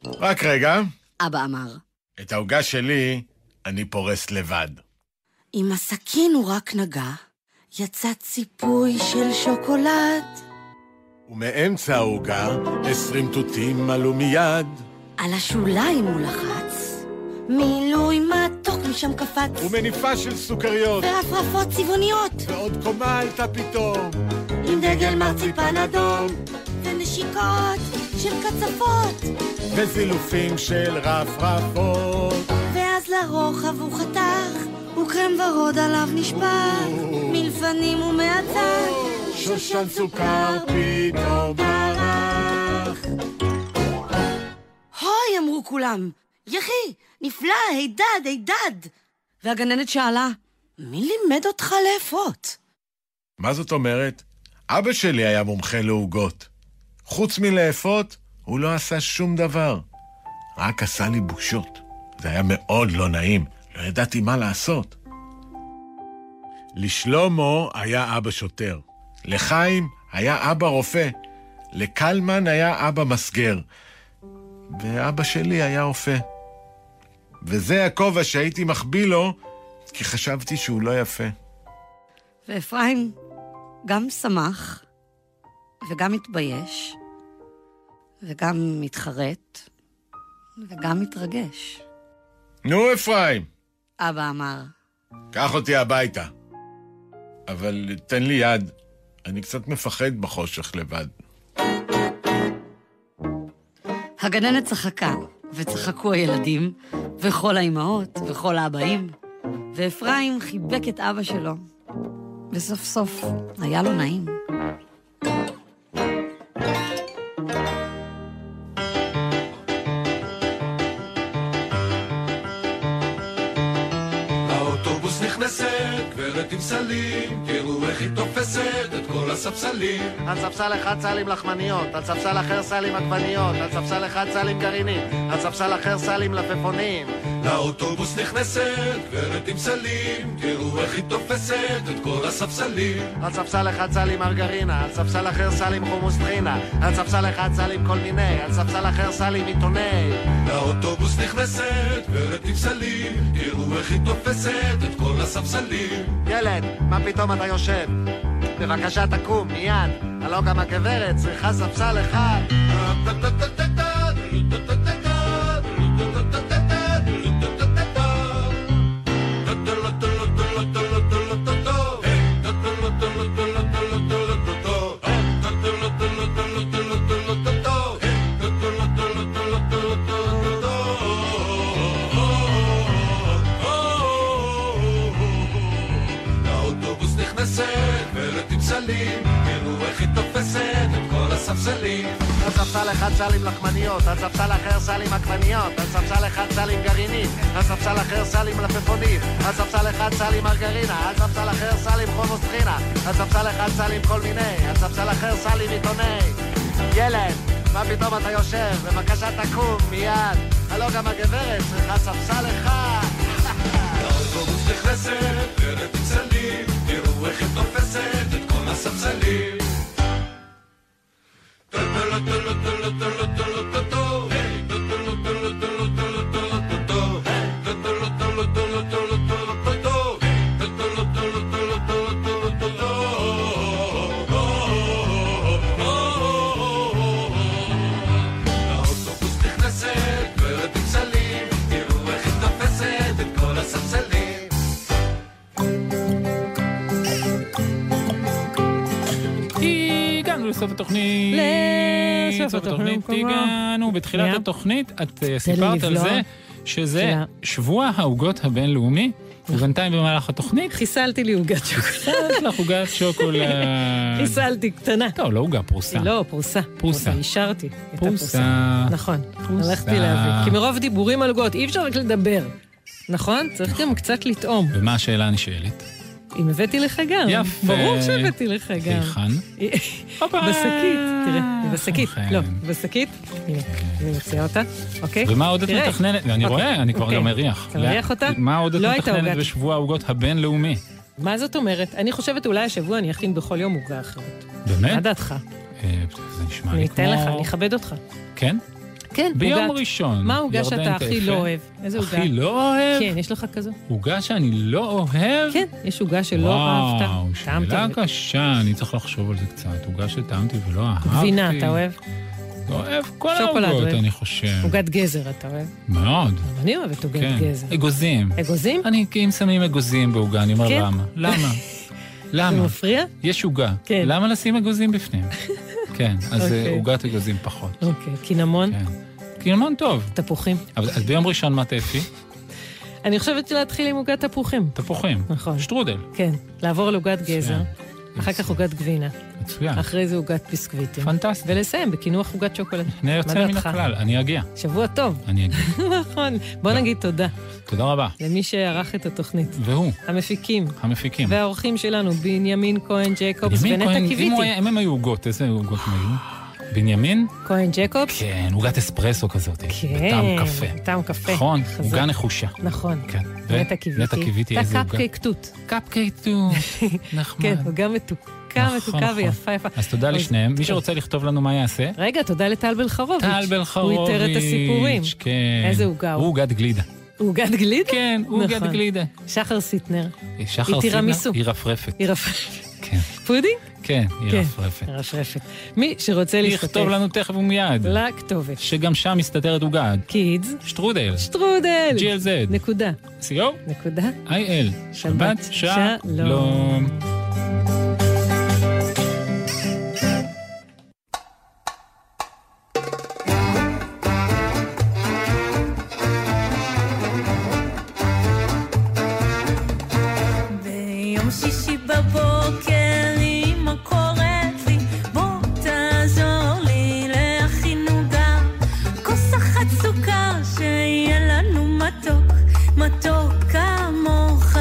S13: רק רגע,
S12: אבא אמר,
S13: את העוגה שלי אני פורס לבד.
S12: עם הסכין הוא רק נגע, יצא ציפוי של שוקולד.
S13: ומאמצע העוגה עשרים תותים עלו מיד.
S12: על השוליים הוא לחץ, מילוי מתוק משם קפץ.
S13: ומניפה של סוכריות.
S12: ועפרפות צבעוניות.
S13: ועוד קומה עלתה פתאום.
S12: עם דגל מרציפן אדום. ונשיקות של קצפות.
S13: וזילופים של רפרפות.
S12: ואז לרוחב הוא חתך, וקרם ורוד עליו נשפך. מלפנים ומעצר,
S13: שושן סוכר פתאום ברח.
S12: הוי, אמרו כולם. יחי, נפלא, הידד, הידד. והגננת שאלה, מי לימד אותך לאפות?
S13: מה זאת אומרת? אבא שלי היה מומחה לעוגות. חוץ מלאפות, הוא לא עשה שום דבר. רק עשה לי בושות. זה היה מאוד לא נעים, לא ידעתי מה לעשות. לשלומו היה אבא שוטר. לחיים היה אבא רופא. לקלמן היה אבא מסגר. ואבא שלי היה רופא. וזה הכובע שהייתי מחביא לו, כי חשבתי שהוא לא יפה.
S12: ואפרים גם שמח, וגם התבייש, וגם מתחרט, וגם מתרגש.
S13: נו, אפרים,
S12: אבא אמר,
S13: קח אותי הביתה. אבל תן לי יד, אני קצת מפחד בחושך לבד.
S12: הגננת צחקה, וצחקו הילדים, וכל האימהות, וכל האבאים, ואפרים חיבק את אבא שלו, וסוף סוף היה לו נעים.
S9: האוטובוס נכנסת, גברת עם סלים, תראו איך היא תופסת את כל הספסלים.
S14: על ספסל אחד סל עם לחמניות, על ספסל אחר סל עם עגבניות, על ספסל אחד סל עם גרעינים, על ספסל אחר סל עם לפפונים.
S9: לאוטובוס נכנסת, גברת עם סלים, תראו איך היא תופסת את כל הספסלים.
S14: על ספסל אחד סל עם מרגרינה, על ספסל אחר סל עם חומוס טחינה, על ספסל אחד סל עם כל מיני, על ספסל אחר סל עם עיתוני.
S9: לאוטובוס נכנסת, גברת עם סלים, תראו איך היא תופסת את כל הספסלים.
S14: ילד, מה פתאום אתה יושב? בבקשה תקום, מיד. הלא גם הגברת צריכה ספסל אחד.
S9: האוטובוס נכנסת, גברת עם סלים, תראו איך היא תופסת את כל הספסלים.
S14: על ספסל אחד סל עם לחמניות, על ספסל אחר סל עם עגבניות, על ספסל אחד סל עם גרעינים, על ספסל אחר סל עם לפפונים, על ספסל אחד סל עם מרגרינה, על ספסל אחר סל עם חומוס טחינה, על ספסל אחד סל עם כל מיני, על ספסל אחר סל עם עיתוני. ילד, מה פתאום אתה יושב? בבקשה תקום, מיד. הלא גם הגברת צריכה ספסל אחד.
S9: האוטובוס נכנסת, גברת עם סלים, תראו איך היא תופסת את כל הספסלים. האוטובוס נכנסת, גברת עם סלים, תראו איך היא תופסת את כל הספסלים.
S2: הגענו לסוף התוכנית.
S3: לסוף
S2: סוף
S3: התוכנית, כלומר.
S2: הגענו. בתחילת
S3: שנייה.
S2: התוכנית את אה,
S3: לי
S2: סיפרת על
S3: לבלוע.
S2: זה שזה
S3: שנייה.
S2: שבוע העוגות הבינלאומי, ובינתיים במהלך התוכנית
S3: חיסלתי לי עוגת שוקולד.
S2: חיסלת לך עוגת שוקולד.
S3: חיסלתי קטנה.
S2: אה, לא, לא עוגה, פרוסה.
S3: לא, פרוסה.
S2: פרוסה.
S3: אישרתי. הייתה
S2: פרוסה.
S3: נכון. הלכתי להביא. כי מרוב דיבורים על עוגות, אי אפשר רק לדבר. נכון? צריך גם קצת לטעום.
S2: ומה השאלה הנשאלת?
S3: אם הבאתי לך גם.
S2: יפה.
S3: ברור שהבאתי לך גם.
S2: היכן?
S3: בשקית, תראה, היא בשקית, לא, היא בשקית, הנה, אני מוציאה אותה, אוקיי?
S2: ומה עוד את
S3: תראה.
S2: מתכננת? אני
S3: אוקיי,
S2: רואה, אני כבר
S3: אוקיי.
S2: גם מריח.
S3: אתה מריח אותה?
S2: מה עוד את
S3: לא הייתה
S2: מתכננת
S3: עוגת.
S2: בשבוע העוגות הבינלאומי?
S3: מה זאת אומרת? אני חושבת אולי השבוע אני אכין בכל יום עוגה אחרת.
S2: באמת?
S3: מה דעתך?
S2: אה, זה נשמע
S3: אני
S2: לי כמו...
S3: אתן לך, אני אכבד אותך.
S2: כן?
S3: כן,
S2: ביום
S3: עוגת.
S2: ראשון.
S3: מה העוגה
S2: ירדן
S3: שאתה הכי
S2: תפן.
S3: לא אוהב? איזה עוגה?
S2: הכי לא אוהב?
S3: כן, יש לך כזו?
S2: עוגה שאני לא אוהב?
S3: כן, יש עוגה שלא
S2: וואו,
S3: אהבת. טעמת
S2: שאלה קשה, אני צריך לחשוב על זה קצת. עוגה שטעמתי ולא אהבתי. כן.
S3: גבינה, אתה אוהב?
S2: לא אוהב כל
S3: שוקולד
S2: העוגות,
S3: אוהב.
S2: אני חושב.
S3: עוגת גזר אתה אוהב.
S2: מאוד.
S3: אני אוהבת עוגת
S2: כן.
S3: גזר.
S2: אגוזים.
S3: אגוזים?
S2: אני, כי אם שמים אגוזים בעוגה, אני אומר
S3: כן?
S2: למה. למה?
S3: זה
S2: למה?
S3: מפריע?
S2: יש עוגה.
S3: כן.
S2: למה לשים אגוזים בפנים? כן, אז אה,
S3: אוקיי.
S2: עוגת אגוזים פחות.
S3: אוקיי, קינמון?
S2: כן. קינמון טוב.
S3: תפוחים.
S2: אבל אז ביום ראשון מה תאפי?
S3: אני חושבת שלהתחיל עם עוגת תפוחים.
S2: תפוחים.
S3: נכון.
S2: שטרודל.
S3: כן, לעבור על עוגת גזר, אחר כך עוגת גבינה.
S2: מצוין.
S3: אחרי זה עוגת ביסקוויטים.
S2: פנטסטי.
S3: ולסיים בקינוח עוגת שוקולד.
S2: אני
S3: מה
S2: יוצא מן
S3: דעתך?
S2: הכלל, אני אגיע.
S3: שבוע טוב.
S2: אני אגיע.
S3: נכון. בוא נגיד תודה
S2: תודה רבה.
S3: למי שערך את התוכנית.
S2: והוא,
S3: המפיקים.
S2: המפיקים.
S3: והאורחים שלנו, בנימין כהן ג'קובס
S2: בנימין
S3: ונטע
S2: כהן, אם הוא היה-
S3: קיוויתי.
S2: אם הם היו עוגות, איזה עוגות הם היו? בנימין?
S3: כהן ג'קובס?
S2: כן, עוגת אספרסו כזאת. אה,
S3: כן.
S2: בטעם קפה.
S3: טעם קפה.
S2: נכון,
S3: חזק.
S2: עוגה נחושה.
S3: נכון.
S2: כן. ו-
S3: נטע קיוויתי.
S2: נטע קיוויתי,
S3: אתה
S2: איזה עוגה.
S3: קפקייק תות.
S2: קפקייק תות. נחמד.
S3: כן, וגם מתוקה, מתוקה
S2: נכון.
S3: ויפה יפה.
S2: אז תודה לשניהם. מי שרוצה לכתוב לנו מה יעשה?
S3: רגע, תודה לטל בלחרוביץ'.
S2: טל בן חרוביץ'.
S3: הוא איתר את הסיפורים.
S2: כן.
S3: איזה עוגה הוא?
S2: הוא עוגת גלידה.
S3: עוגת גלידה? נכון.
S2: כן, עוגת גלידה. אה,
S3: שחר סיטנר.
S2: שחר
S3: היא
S2: סינה,
S3: טירמיסו.
S2: היא רפרפת.
S3: היא רפרפת. פודינג?
S2: כן,
S3: כן.
S2: היא רפרפת.
S3: רפרפת. מי שרוצה להשתתף.
S2: יכתוב לנו תכף ומיד.
S3: לכתובת.
S2: שגם שם מסתתרת עוגה.
S3: קידס.
S2: שטרודל.
S3: שטרודל.
S2: GLZ.
S3: נקודה.
S2: סיום.
S3: נקודה.
S2: IL.
S3: שבת
S2: שבת שלום.
S15: ביום שישי בבוקר אמא קוראת לי בוא תעזור לי להכין עוגה כוס אחת סוכר שיהיה לנו מתוק מתוק כמוך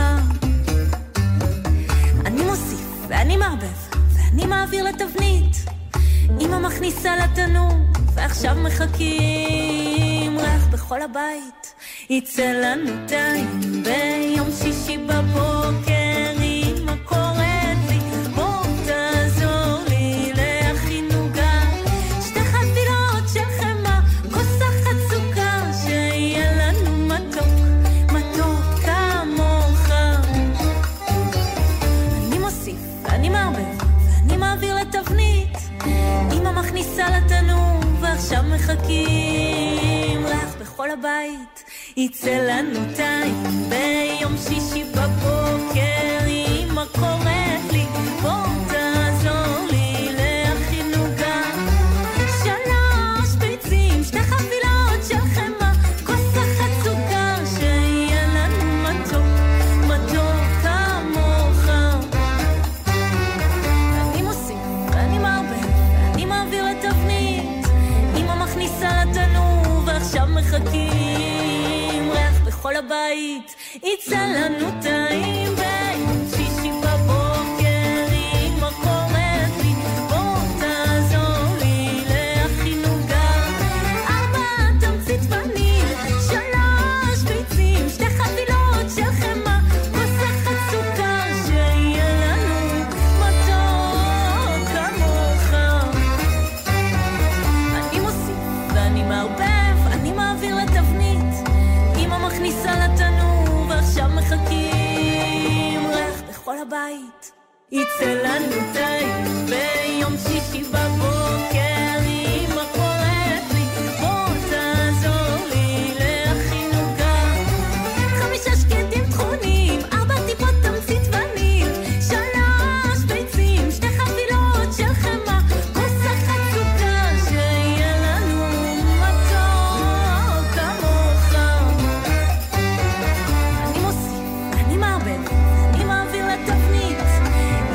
S15: אני מוסיף ואני מערבב ואני מעביר לתבנית אמא מכניסה לתנור ועכשיו מחכים ריח בכל הבית יצא לנו טעים ביום שישי בבוקר אמא קוראת לי בוא תעזור לי להכין עוגה שתי חבילות של חמאה כוס אחת סוכר שיהיה לנו מתוק מתוק כמוך אני מוסיף ואני מערבב ואני מעביר לתבנית אמא מכניסה לתנור ועכשיו מחכים ריח בכל הבית יצא לנו טעים ביום שישי בבוקר אמא קוראת לי בוא תעזור לי להכין עוגה שלוש ביצים, שתי חבילות של חמאה כוס אחת סוכר שיהיה לנו מתוק, מתוק כמוך אני מוסיף, אני מערבב, אני מעביר לתבנית אמא מכניסה לתנור ועכשיו מחכים ריח בכל הבית יצא לנו טעים ביום שישי בבוקר אמא קוראת לי בוא תעזור לי להכין עוגה ארבע תמצית פנים שלוש ביצים שתי חבילות של חמאה כוס אחת סוכר שיהיה לנו מתוק כמוך אני מוסיף ואני מערבב, אני מעביר לתבנית. אמא מכניסה לתנור ועכשיו מחכים ריח בכל הבית. יצא לנו טעים ביום שישי בבוקר אמא קוראת לי בוא תעזור לי להכין עוגה חמישה שקדים טחונים, ארבע טיפות תמצית וניל, שלוש ביצים, שתי חבילות של חמאה, כוס אחת סוכר, שיהיה לנו מתוק כמוך. אני מוסיף, אני מערבב, אני מעביר לתבנית,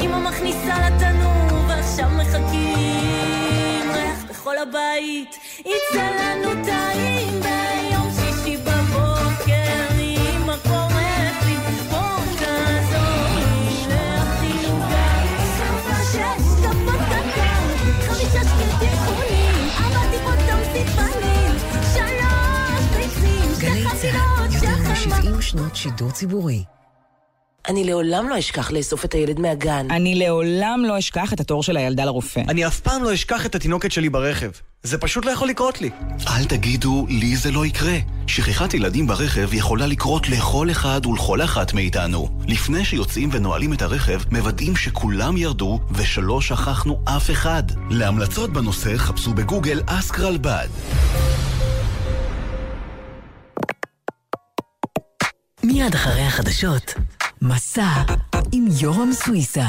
S15: אמא מכניסה לתנור, ועכשיו מחכים, ריח בכל הבית, יצא לנו טעים ביום שישי בבוקר, אמא קוראת לי, בוא תעזור לי להכין עוגה. שש כפות קטן, חמישה שקטים חולים, ארבע טיפות תמצית פנים, שלוש ביצים, שתי
S16: גלי
S15: חבילות
S16: צה"ל,
S15: של
S16: יותר
S15: חמאה.
S16: מ-70 שנות שידור ציבורי.
S17: אני לעולם לא אשכח לאסוף את הילד מהגן. אני לעולם לא אשכח את התור של הילדה לרופא.
S18: אני אף פעם לא אשכח את התינוקת שלי ברכב.
S19: זה פשוט לא יכול לקרות לי.
S20: אל תגידו, לי זה לא יקרה. שכחת ילדים ברכב יכולה לקרות לכל אחד ולכל אחת מאיתנו. לפני שיוצאים ונועלים את הרכב, מוודאים שכולם ירדו ושלא שכחנו אף אחד. להמלצות בנושא חפשו בגוגל אסק רלב"ד.
S1: מיד אחרי החדשות, מסע עם יורם סוויסה.